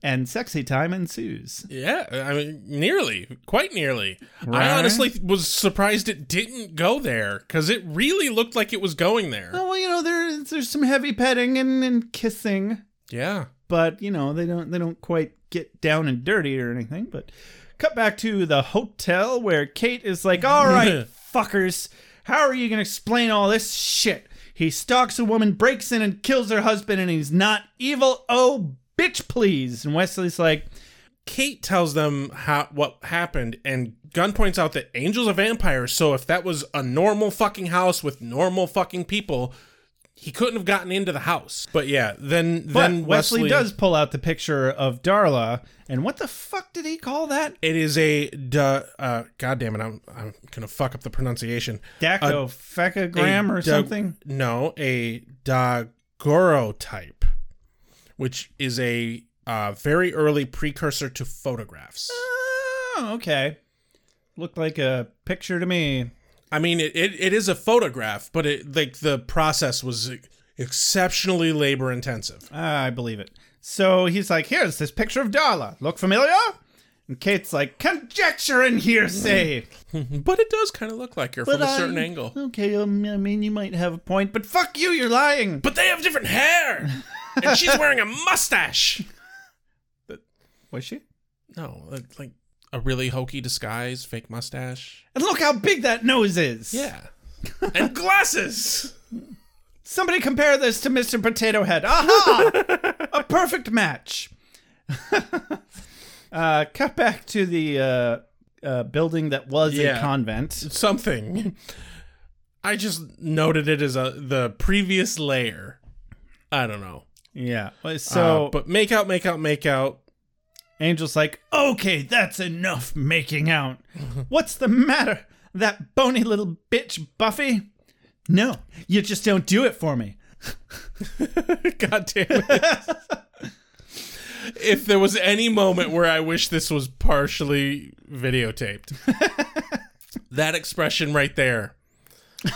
Speaker 6: and sexy time ensues.
Speaker 7: Yeah, I mean, nearly, quite nearly.
Speaker 6: Right.
Speaker 7: I honestly was surprised it didn't go there because it really looked like it was going there.
Speaker 6: Oh, well, you know, there's there's some heavy petting and, and kissing.
Speaker 7: Yeah,
Speaker 6: but you know they don't they don't quite get down and dirty or anything but cut back to the hotel where kate is like all right fuckers how are you gonna explain all this shit he stalks a woman breaks in and kills her husband and he's not evil oh bitch please and wesley's like
Speaker 7: Kate tells them how what happened, and Gunn points out that Angel's a vampire. So if that was a normal fucking house with normal fucking people, he couldn't have gotten into the house. But yeah, then
Speaker 6: but
Speaker 7: then
Speaker 6: wesley, does pull out the picture of darla and what the fuck did he call that
Speaker 7: It is a duh, uh, God damn it! I'm I'm gonna fuck up the pronunciation.
Speaker 6: daco fecagram
Speaker 7: a
Speaker 6: or
Speaker 7: da-
Speaker 6: something
Speaker 7: No, a Dagoro type, which is a uh, very early precursor to photographs.
Speaker 6: oh okay looked like a picture to me
Speaker 7: I mean, it, it, it is a photograph, but it like the process was exceptionally labor intensive.
Speaker 6: Ah, I believe it. So he's like, here's this picture of Darla. Look familiar? And Kate's like, conjecture and hearsay.
Speaker 7: But it does kind of look like her Mm. from a certain angle.
Speaker 6: Okay, um, I mean, you might have a point, but fuck you, you're lying.
Speaker 7: But they have different hair, and she's wearing a mustache.
Speaker 6: Was she?
Speaker 7: No, it's like a really hokey disguise, fake mustache.
Speaker 6: And look how big that nose is.
Speaker 7: Yeah, and glasses.
Speaker 6: Somebody compare this to Mr. Potato Head. Aha! a perfect match. uh, cut back to the uh, uh, building that was a
Speaker 7: Yeah.
Speaker 6: convent.
Speaker 7: something. I just noted it as a the previous layer. I don't know.
Speaker 6: Yeah.
Speaker 7: So,
Speaker 6: So,
Speaker 7: Uh, but make out, make out, make out.
Speaker 6: Angel's like, okay, that's enough making out. What's the matter, that bony little bitch, Buffy? No, you just don't do it for me.
Speaker 7: God damn it! if there was any moment where I wish this was partially videotaped, that expression right there.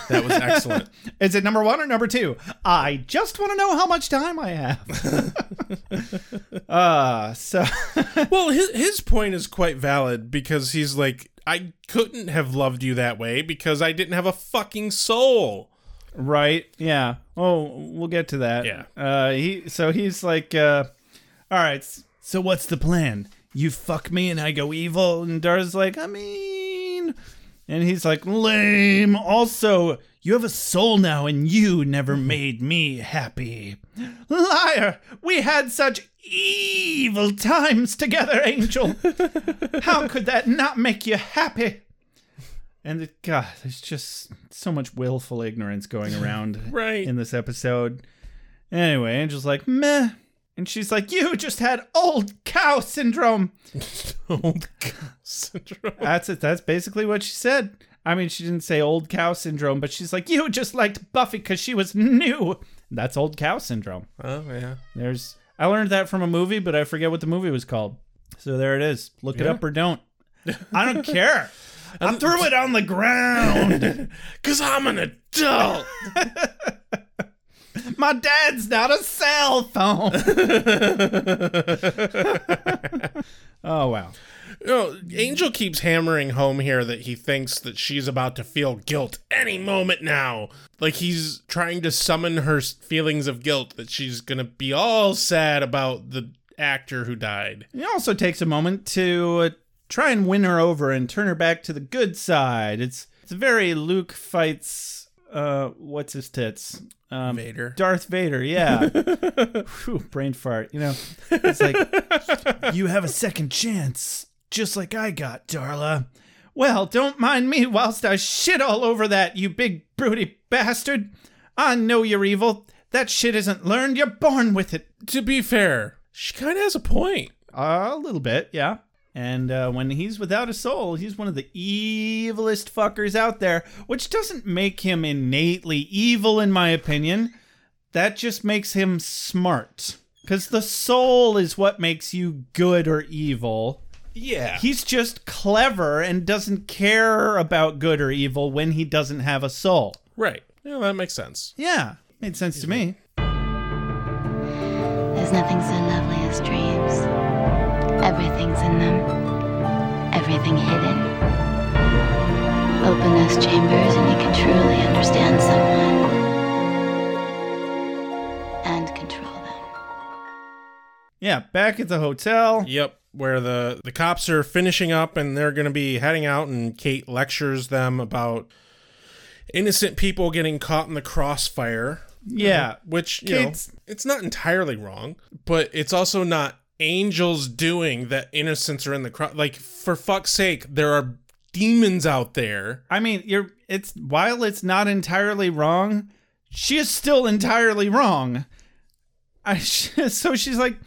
Speaker 7: That was excellent.
Speaker 6: Is it number one or number two? I just want to know how much time I have. uh, so
Speaker 7: well, his his point is quite valid because he's like, I couldn't have loved you that way because I didn't have a fucking soul.
Speaker 6: Right? Yeah. Oh, we'll get to that. Yeah. Uh, he so he's like, uh, all right. s- So what's the plan? You fuck me and I go evil. And Dara's like, I mean, and he's like, lame. Also, you have a soul now, and you never made me happy. Liar! We had such evil times together, Angel. How could that not make you happy? And it, God, there's just so much willful ignorance going around
Speaker 7: Right.
Speaker 6: in this episode. Anyway, Angel's like, meh. And she's like, you just had old cow syndrome.
Speaker 7: old cow syndrome.
Speaker 6: That's it. That's basically what she said. I mean, she didn't say old cow syndrome, but she's like, you just liked Buffy because she was new. That's old cow syndrome.
Speaker 7: Oh yeah.
Speaker 6: There's I learned that from a movie, but I forget what the movie was called. So there it is. Look it
Speaker 7: Yeah.
Speaker 6: up or don't. I don't care. I threw it on the ground.
Speaker 7: Cause I'm an adult.
Speaker 6: My dad's not a cell phone. oh wow.
Speaker 7: No, Angel keeps hammering home here that he thinks that she's about to feel guilt any moment now. Like he's trying to summon her s- feelings of guilt that she's going to be all sad about the actor who died.
Speaker 6: It also takes a moment to uh, try and win her over and turn her back to the good side. It's it's very Luke fights uh what's his tits? Um,
Speaker 7: Vader.
Speaker 6: Darth Vader, yeah. Whew, brain fart. You know, it's like you have a second chance, just like I got, Darla. Well, don't mind me whilst I shit all over that, you big broody bastard. I know you're evil. That shit isn't learned. You're born with it.
Speaker 7: To be fair, she kind of has a point.
Speaker 6: A little bit, yeah. And uh, when he's without a soul, he's one of the evilest fuckers out there, which doesn't make him innately evil, in my opinion. That just makes him smart. Because the soul is what makes you good or evil.
Speaker 7: Yeah.
Speaker 6: He's just clever and doesn't care about good or evil when he doesn't have a soul.
Speaker 7: Right. Yeah, that makes sense.
Speaker 6: Yeah, made sense to me.
Speaker 12: There's nothing so lovely as dreams. Everything's in them, everything hidden. Open those chambers and you can truly understand someone and control them.
Speaker 6: Yeah, back at the hotel.
Speaker 7: Yep. Where the, the cops are finishing up and they're going to be heading out, and Kate lectures them about innocent people getting caught in the crossfire.
Speaker 6: Yeah.
Speaker 7: which you know,
Speaker 6: Kate's-
Speaker 7: it's not entirely wrong, but it's also not angels doing that innocents are in the crowd. Like for fuck's sake, there are demons out there.
Speaker 6: I mean, you're it's while it's not entirely wrong, she is still entirely wrong. I so she's like,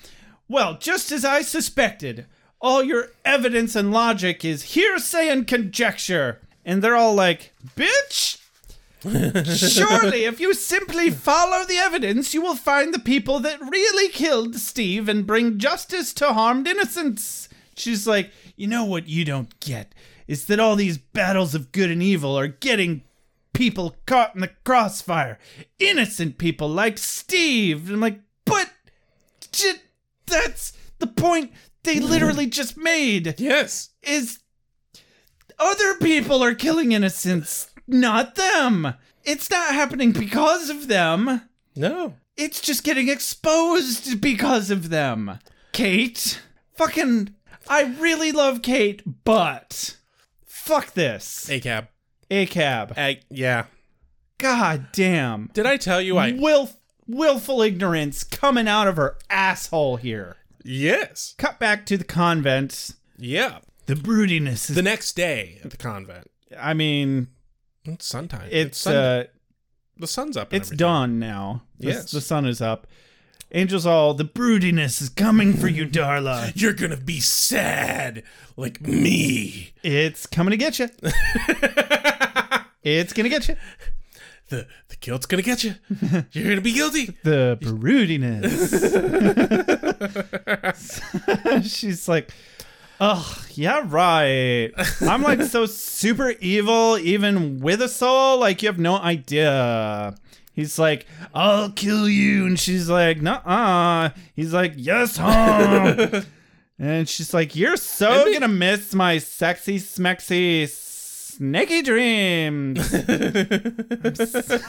Speaker 6: "Well, just as I suspected. All your evidence and logic is hearsay and conjecture." And they're all like, "Bitch, surely if you simply follow the evidence, you will find the people that really killed Steve and bring justice to harmed innocents." She's like, "You know what you don't get is that all these battles of good and evil are getting people caught in the crossfire. Innocent people like Steve. And I'm like, but j- that's the point they literally just made.
Speaker 7: Yes.
Speaker 6: Is other people are killing innocents, not them. It's not happening because of them.
Speaker 7: No.
Speaker 6: It's just getting exposed because of them. Kate, fucking, I really love Kate, but fuck this.
Speaker 7: A cab.
Speaker 6: A cab.
Speaker 7: A- yeah.
Speaker 6: God damn.
Speaker 7: Did I tell you I?
Speaker 6: Will willful ignorance coming out of her asshole here.
Speaker 7: Yes.
Speaker 6: Cut back to the convent.
Speaker 7: Yeah.
Speaker 6: The broodiness is.
Speaker 7: The next day at the convent.
Speaker 6: I mean,
Speaker 7: It's suntan.
Speaker 6: it's
Speaker 7: Sunday.
Speaker 6: uh,
Speaker 7: the sun's up. and
Speaker 6: it's
Speaker 7: everything.
Speaker 6: dawn now. The-
Speaker 7: Yes.
Speaker 6: the sun is up. Angels all. The broodiness is coming for you, Darla.
Speaker 7: You're gonna be sad like me.
Speaker 6: It's coming to get you. it's gonna get you.
Speaker 7: The the guilt's gonna get you. You're gonna be guilty.
Speaker 6: the broodiness. She's like, Ugh, yeah, right. I'm like so super evil, even with a soul. Like, you have no idea. He's like, I'll kill you. And she's like, nah. He's like, yes, home. and she's like, you're so gonna miss my sexy, smexy, snaky dreams. I'm s-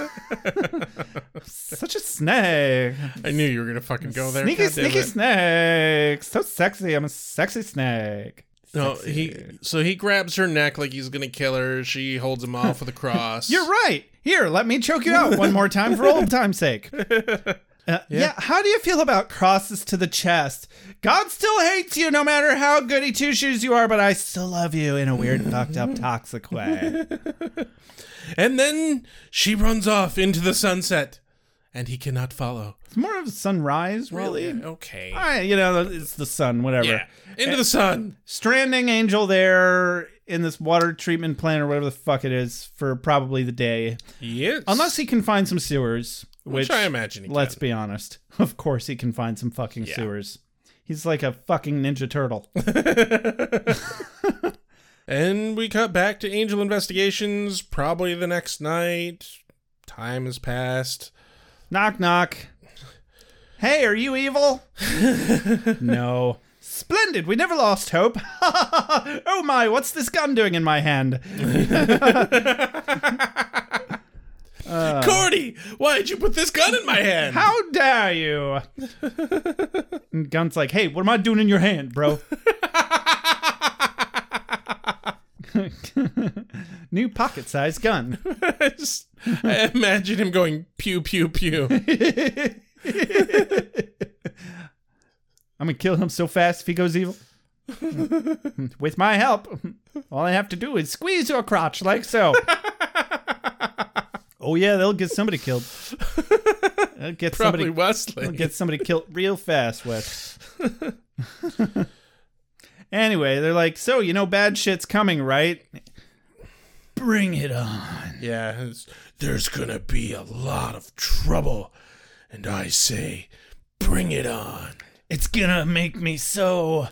Speaker 6: I'm such a snake.
Speaker 7: I knew you were gonna fucking go Oh, there.
Speaker 6: Sneaky,
Speaker 7: God damn
Speaker 6: sneaky
Speaker 7: it.
Speaker 6: snake. So sexy. I'm a sexy snake.
Speaker 7: No, he so he grabs her neck like he's gonna kill her. She holds him off with a cross.
Speaker 6: You're right. Here, let me choke you out one more time for old time's sake. Uh, yeah. how do you feel about crosses to the chest? God still hates you no matter how goody two shoes you are, but I still love you in a weird, fucked up, toxic way.
Speaker 7: And then she runs off into the sunset, and he cannot follow.
Speaker 6: It's more of a sunrise, really.
Speaker 7: okay.
Speaker 6: I, Eh. you know, it's the sun, whatever.
Speaker 7: Yeah. Into the sun.
Speaker 6: Stranding Angel there in this water treatment plant or whatever the fuck it is for probably the day.
Speaker 7: Yes.
Speaker 6: Unless he can find some sewers, which,
Speaker 7: Which I imagine he
Speaker 6: Let's be honest. Of course he can find some fucking sewers. He's like a fucking ninja turtle.
Speaker 7: And we cut back to Angel Investigations, probably the next night. Time has passed.
Speaker 6: knock knock. Hey, are you evil? no. Splendid. We never lost hope. oh my, what's this gun doing in my hand? Uh,
Speaker 7: Cordy, why did you put this gun in my hand?
Speaker 6: How dare you? and Gunt's like, hey, what am I doing in your hand, bro? New pocket sized gun.
Speaker 7: I imagine him going pew pew pew.
Speaker 6: I'm going to kill him so fast if he goes evil. With my help, all I have to do is squeeze your crotch like so. oh, yeah, they'll get somebody killed. They'll get
Speaker 7: Probably
Speaker 6: somebody,
Speaker 7: Wesley.
Speaker 6: They'll get somebody killed real fast, Wes. anyway, they're like, so, you know, bad shit's coming, right? Bring it on.
Speaker 7: Yeah, it's- there's gonna be a lot of trouble, and I say, bring it on.
Speaker 6: It's gonna make me so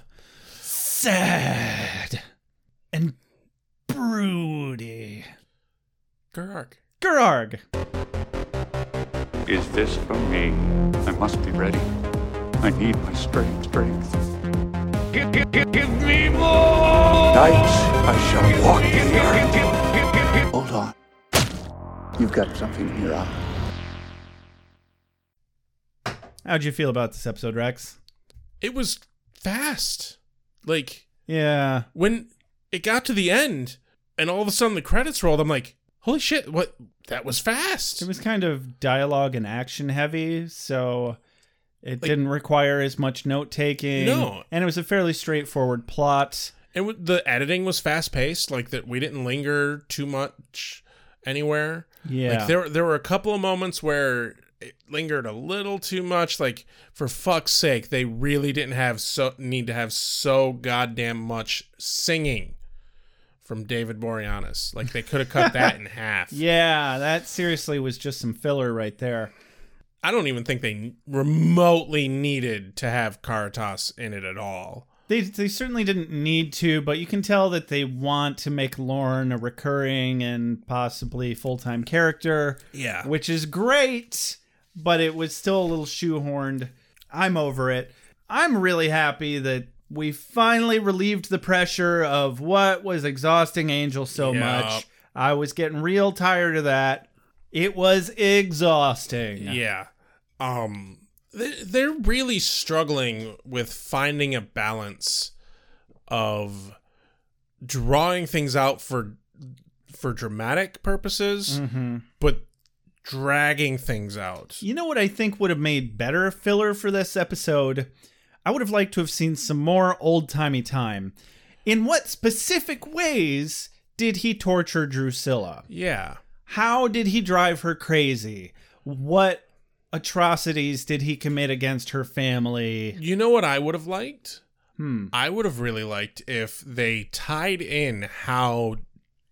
Speaker 6: sad and broody.
Speaker 7: Gerark.
Speaker 6: Gerarg.
Speaker 13: Is this for me? I must be ready. I need my strength. strength.
Speaker 14: Give, give, give, give me more!
Speaker 13: Nights I shall walk in the earth.
Speaker 15: Hold on. You've got something in your eye.
Speaker 6: How'd you feel about this episode, Rex?
Speaker 7: It was fast. Like
Speaker 6: Yeah.
Speaker 7: when it got to the end, and all of a sudden the credits rolled. I'm like, holy shit! What? That was fast.
Speaker 6: It was kind of dialogue and action heavy, so it didn't require as much note taking.
Speaker 7: No.
Speaker 6: And it was a fairly straightforward plot.
Speaker 7: And w- the editing was fast paced, like that. We didn't linger too much anywhere.
Speaker 6: Yeah.
Speaker 7: like there there were a couple of moments where it lingered a little too much. Like for fuck's sake, they really didn't have so need to have so goddamn much singing from David Boreanaz. Like they could have cut that in half.
Speaker 6: Yeah, that seriously was just some filler right there.
Speaker 7: I don't even think they remotely needed to have Caritas in it at all.
Speaker 6: They, they certainly didn't need to, but you can tell that they want to make Lauren a recurring and possibly full time character.
Speaker 7: Yeah.
Speaker 6: Which is great, but it was still a little shoehorned. I'm over it. I'm really happy that we finally relieved the pressure of what was exhausting Angel so
Speaker 7: Yep.
Speaker 6: much. I was getting real tired of that. It was exhausting.
Speaker 7: Yeah. Um they- they're really struggling with finding a balance of drawing things out for for dramatic purposes
Speaker 6: Mhm.
Speaker 7: but dragging things out.
Speaker 6: You know what I think would have made better filler for this episode? I would have liked to have seen some more old timey time. In what specific ways did he torture Drusilla?
Speaker 7: Yeah.
Speaker 6: How did he drive her crazy? What atrocities did he commit against her family?
Speaker 7: You know what I would have liked?
Speaker 6: Hmm.
Speaker 7: I would have really liked if they tied in how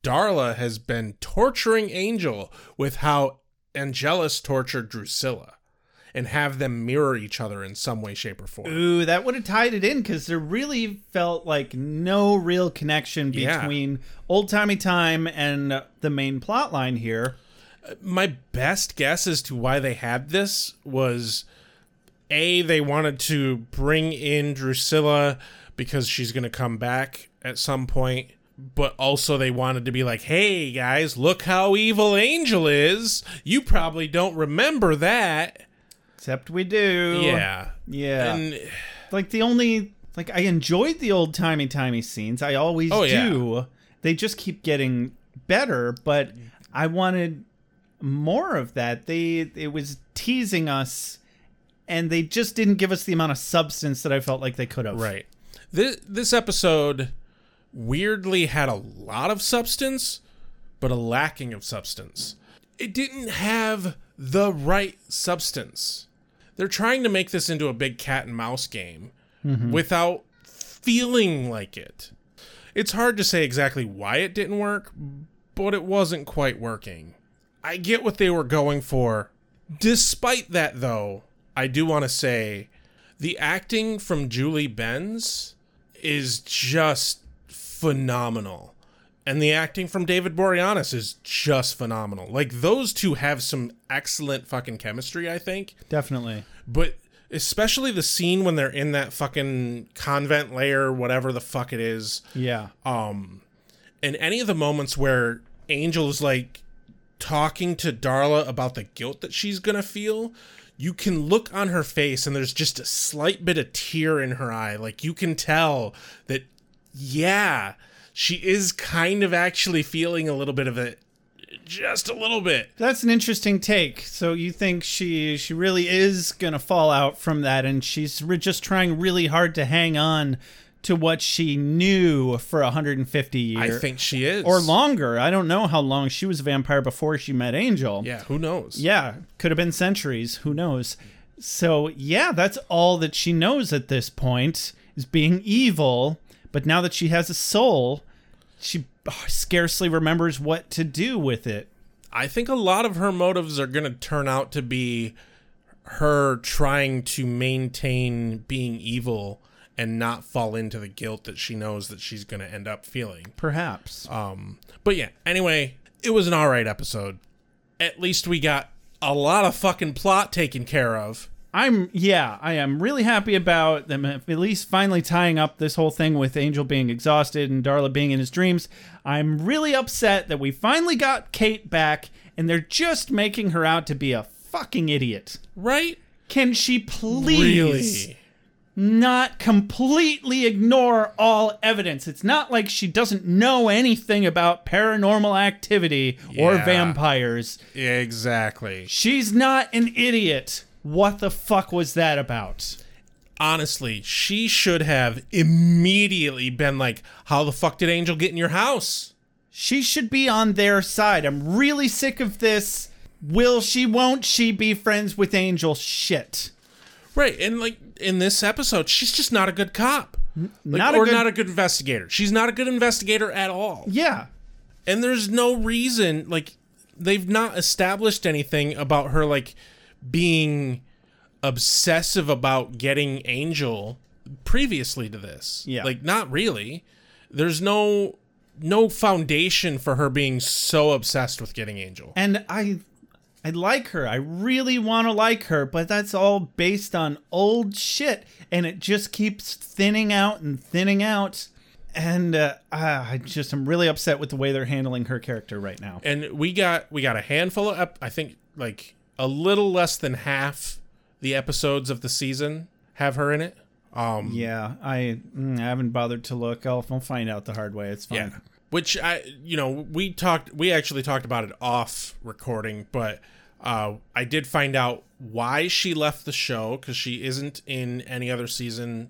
Speaker 7: Darla has been torturing Angel with how Angelus tortured Drusilla. and have them mirror each other in some way, shape, or form.
Speaker 6: Ooh, that would have tied it in because there really felt like no real connection
Speaker 7: Yeah.
Speaker 6: between old timey time and the main plot line here.
Speaker 7: My best guess as to why they had this was A, they wanted to bring in Drusilla because she's going to come back at some point. But also, they wanted to be like, hey guys, look how evil Angel is. You probably don't remember that.
Speaker 6: Except we do.
Speaker 7: Yeah.
Speaker 6: Yeah.
Speaker 7: And-
Speaker 6: like the only like I enjoyed the old timey timey scenes. I always
Speaker 7: Oh, yeah.
Speaker 6: do. They just keep getting better, but I wanted more of that. They it was teasing us and they just didn't give us the amount of substance that I felt like they could have.
Speaker 7: Right. This this episode weirdly had a lot of substance, but a lacking of substance. It didn't have the right substance. They're trying to make this into a big cat and mouse game
Speaker 16: Mhm.
Speaker 7: without feeling like it. It's hard to say exactly why it didn't work, but it wasn't quite working. I get what they were going for. Despite that, though, I do want to say the acting from Julie Benz is just phenomenal. And the acting from David Boreanaz is just phenomenal. Like, those two have some excellent fucking chemistry, I think.
Speaker 6: Definitely.
Speaker 7: But especially the scene when they're in that fucking convent lair, whatever the fuck it is.
Speaker 6: Yeah.
Speaker 7: Um, in any of the moments where Angel is like talking to Darla about the guilt that she's gonna feel, you can look on her face and there's just a slight bit of tear in her eye. Like you can tell that, yeah, she is kind of actually feeling a little bit of it, just a little bit.
Speaker 6: That's an interesting take. So you think she she really is gonna fall out from that, and she's re- just trying really hard to hang on to what she knew for 150 years.
Speaker 7: I think she is.
Speaker 6: or longer. I don't know how long she was a vampire before she met Angel.
Speaker 7: Yeah, who knows?
Speaker 6: Yeah, could have been centuries. Who knows? So yeah, that's all that she knows at this point is being evil. But now that she has a soul, she scarcely remembers what to do with it.
Speaker 7: I think a lot of her motives are going to turn out to be her trying to maintain being evil and not fall into the guilt that she knows that she's going to end up feeling.
Speaker 6: Perhaps.
Speaker 7: Um, but yeah, anyway, it was an all right episode. At least we got a lot of fucking plot taken care of.
Speaker 6: I'm yeah, I am really happy about them at least finally tying up this whole thing with Angel being exhausted and Darla being in his dreams. I'm really upset that we finally got Kate back and they're just making her out to be a fucking idiot.
Speaker 7: Right?
Speaker 6: Can she please not completely ignore all evidence? It's not like she doesn't know anything about paranormal activity or
Speaker 7: Yeah.
Speaker 6: vampires.
Speaker 7: Yeah, exactly.
Speaker 6: She's not an idiot. What the fuck was that about?
Speaker 7: Honestly, she should have immediately been like, How the fuck did Angel get in your house?
Speaker 6: She should be on their side. I'm really sick of this. Will she, won't she be friends with Angel shit?
Speaker 7: Right, and like in this episode, she's just not a good cop. Like,
Speaker 6: not a
Speaker 7: or
Speaker 6: good-
Speaker 7: not a good investigator. She's not a good investigator at all.
Speaker 6: Yeah.
Speaker 7: And there's no reason like they've not established anything about her like being obsessive about getting Angel previously to this. Yeah. Like not really. There's no no foundation for her being so obsessed with getting Angel.
Speaker 6: And I I like her. I really want to like her, but that's all based on old shit and it just keeps thinning out and thinning out. And uh, ah, I just am really upset with the way they're handling her character right now.
Speaker 7: and we got we got a handful of ep- I think like a little less than half the episodes of the season have her in it. Um,
Speaker 6: yeah, I mm, I haven't bothered to look. I'll, I'll find out the hard way. It's fine.
Speaker 7: Yeah. Which I, you know, we talked, we actually talked about it off recording, but uh, I did find out why she left the show because she isn't in any other season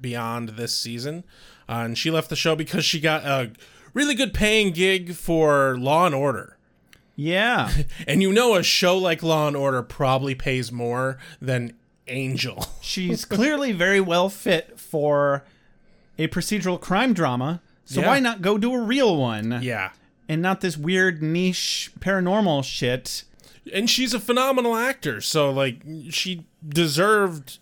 Speaker 7: beyond this season, uh, and she left the show because she got a really good paying gig for Law and Order.
Speaker 6: Yeah,
Speaker 7: and you know, a show like Law and Order probably pays more than Angel.
Speaker 6: She's clearly very well fit for a procedural crime drama. So
Speaker 7: Yeah.
Speaker 6: why not go do a real one?
Speaker 7: Yeah.
Speaker 6: And not this weird niche paranormal shit.
Speaker 7: and she's a phenomenal actor. So like she deserved.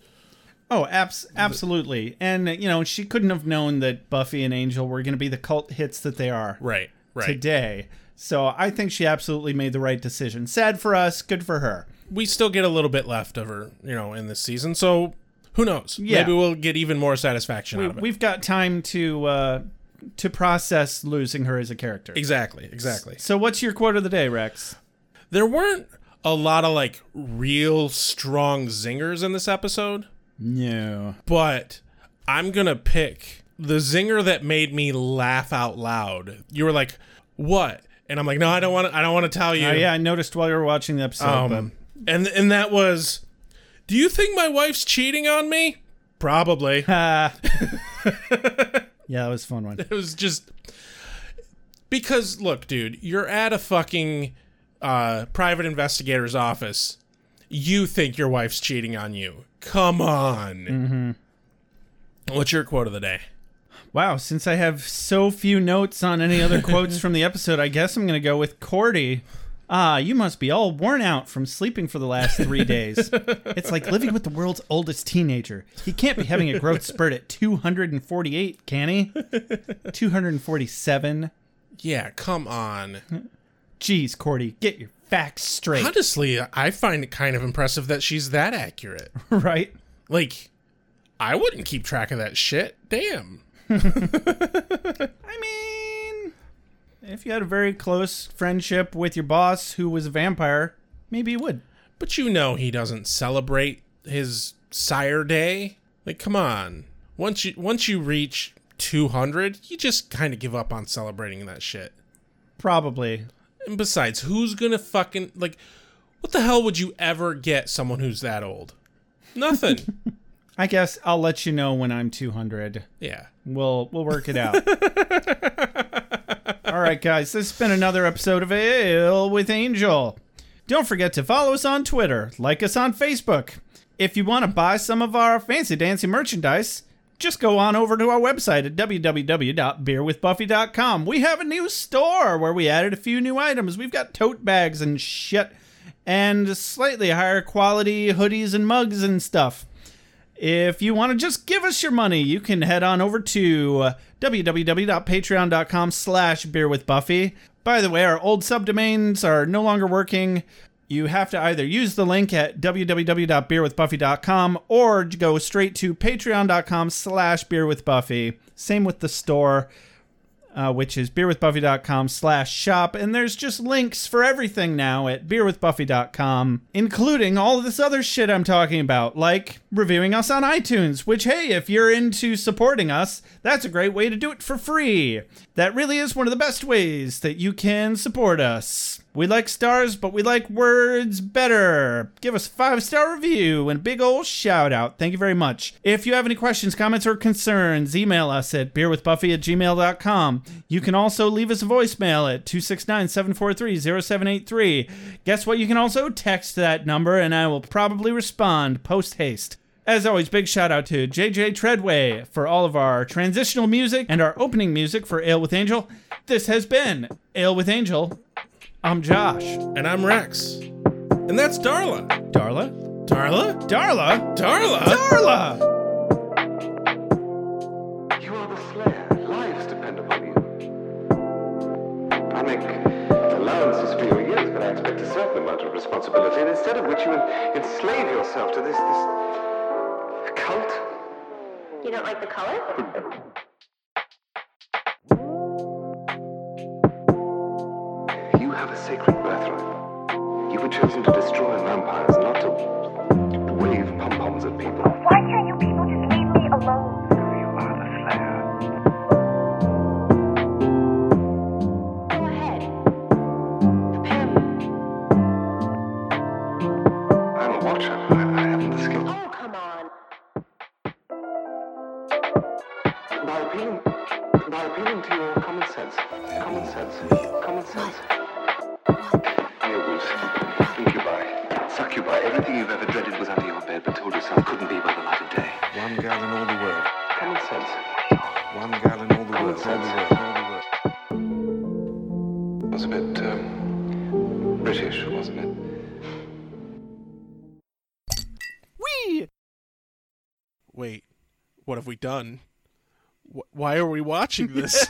Speaker 6: Oh, abs- absolutely. And, you know, she couldn't have known that Buffy and Angel were going to be the cult hits that they are.
Speaker 7: Right, right.
Speaker 6: Today. So I think she absolutely made the right decision. Sad for us, good for her.
Speaker 7: We still get a little bit left of her, you know, in this season. So who knows?
Speaker 6: Yeah.
Speaker 7: Maybe we'll get even more satisfaction
Speaker 6: We,
Speaker 7: out of it.
Speaker 6: we've got time to uh, to process losing her as a character.
Speaker 7: Exactly, exactly.
Speaker 6: So what's your quote of the day, Rex?
Speaker 7: There weren't a lot of like real strong zingers in this episode.
Speaker 6: No.
Speaker 7: but I'm gonna pick the zinger that made me laugh out loud. You were like, "What?" And I'm like, "No, I don't want to. I don't want to tell you."
Speaker 6: Oh, yeah, I noticed while you were watching the episode.
Speaker 7: Um, and and that was, "Do you think my wife's cheating on me?" Probably.
Speaker 6: yeah, that was a fun one.
Speaker 7: It was just because look, dude, you're at a fucking uh, private investigator's office. You think your wife's cheating on you? Come on. What's your quote of the day?
Speaker 6: Wow, since I have so few notes on any other quotes from the episode, I guess I'm going to go with Cordy. Ah, you must be all worn out from sleeping for the last three days. it's like living with the world's oldest teenager. He can't be having a growth spurt at 248, can he? 247.
Speaker 7: Yeah, come on.
Speaker 6: Jeez, Cordy, get your facts straight.
Speaker 7: Honestly, I find it kind of impressive that she's that accurate.
Speaker 6: right?
Speaker 7: Like, I wouldn't keep track of that shit. Damn.
Speaker 6: If you had a very close friendship with your boss who was a vampire, maybe you would.
Speaker 7: But you know he doesn't celebrate his sire day. Like, come on. Once you once you reach 200, you just kind of give up on celebrating that shit.
Speaker 6: Probably.
Speaker 7: And besides, who's gonna fucking like? What the hell would you ever get someone who's that old? Nothing.
Speaker 6: I guess I'll let you know when I'm 200.
Speaker 7: yeah.
Speaker 6: We'll we'll work it out. All right, guys. This has been another episode of Ale with Angel. Don't forget to follow us on Twitter, like us on Facebook. If you want to buy some of our fancy dancy merchandise, just go on over to our website at www.beerwithbuffy.com. We have a new store where we added a few new items. We've got tote bags and shit, and slightly higher quality hoodies and mugs and stuff. If you want to just give us your money, you can head on over to uh, www.patreon.com slash beer with Buffy. By the way, our old subdomains are no longer working. You have to either use the link at www.beerwithbuffy.com or go straight to patreon.com slash beer with Buffy. Same with the store, uh, which is beerwithbuffy.com slash shop. And there's just links for everything now at beerwithbuffy.com, including all of this other shit I'm talking about, like reviewing us on iTunes, which, hey, if you're into supporting us, that's a great way to do it for free. That really is one of the best ways that you can support us. We like stars, but we like words better. Give us a five star review and a big old shout out. Thank you very much. If you have any questions, comments, or concerns, email us at beerwithbuffy at gmail.com. You can also leave us a voicemail at 269 743 0783. Guess what? You can also text that number, and I will probably respond post haste. As always, big shout out to JJ Treadway for all of our transitional music and our opening music for Ale with Angel. This has been Ale with Angel. I'm Josh.
Speaker 7: And I'm Rex. And that's Darla.
Speaker 6: Darla?
Speaker 7: Darla?
Speaker 6: Darla?
Speaker 7: Darla?
Speaker 6: Darla!
Speaker 16: You are the slayer. Lives depend upon you. I make allowances for your years, but I expect a certain amount of responsibility, and instead of which you en- enslave yourself to this this cult.
Speaker 8: You don't like the color?
Speaker 16: You have a sacred birthright. You were chosen to destroy vampires, not to to wave pom-poms at people. Why can't you people just leave me alone? You are the slayer. I'm a watcher. I, I haven't the skill. Oh, come on. By appealing, by appealing to your common sense. Common sense. Common sense. Earwolves, incubi, succubi, everything you've ever dreaded was under your bed but told yourself couldn't be by the light of day. One girl in all the world. Common sense. One girl in all the world. All the world. All the world. It was a bit um, British, wasn't it?
Speaker 6: Hey!
Speaker 7: Wait, what have we done? Wh- Why are we watching this?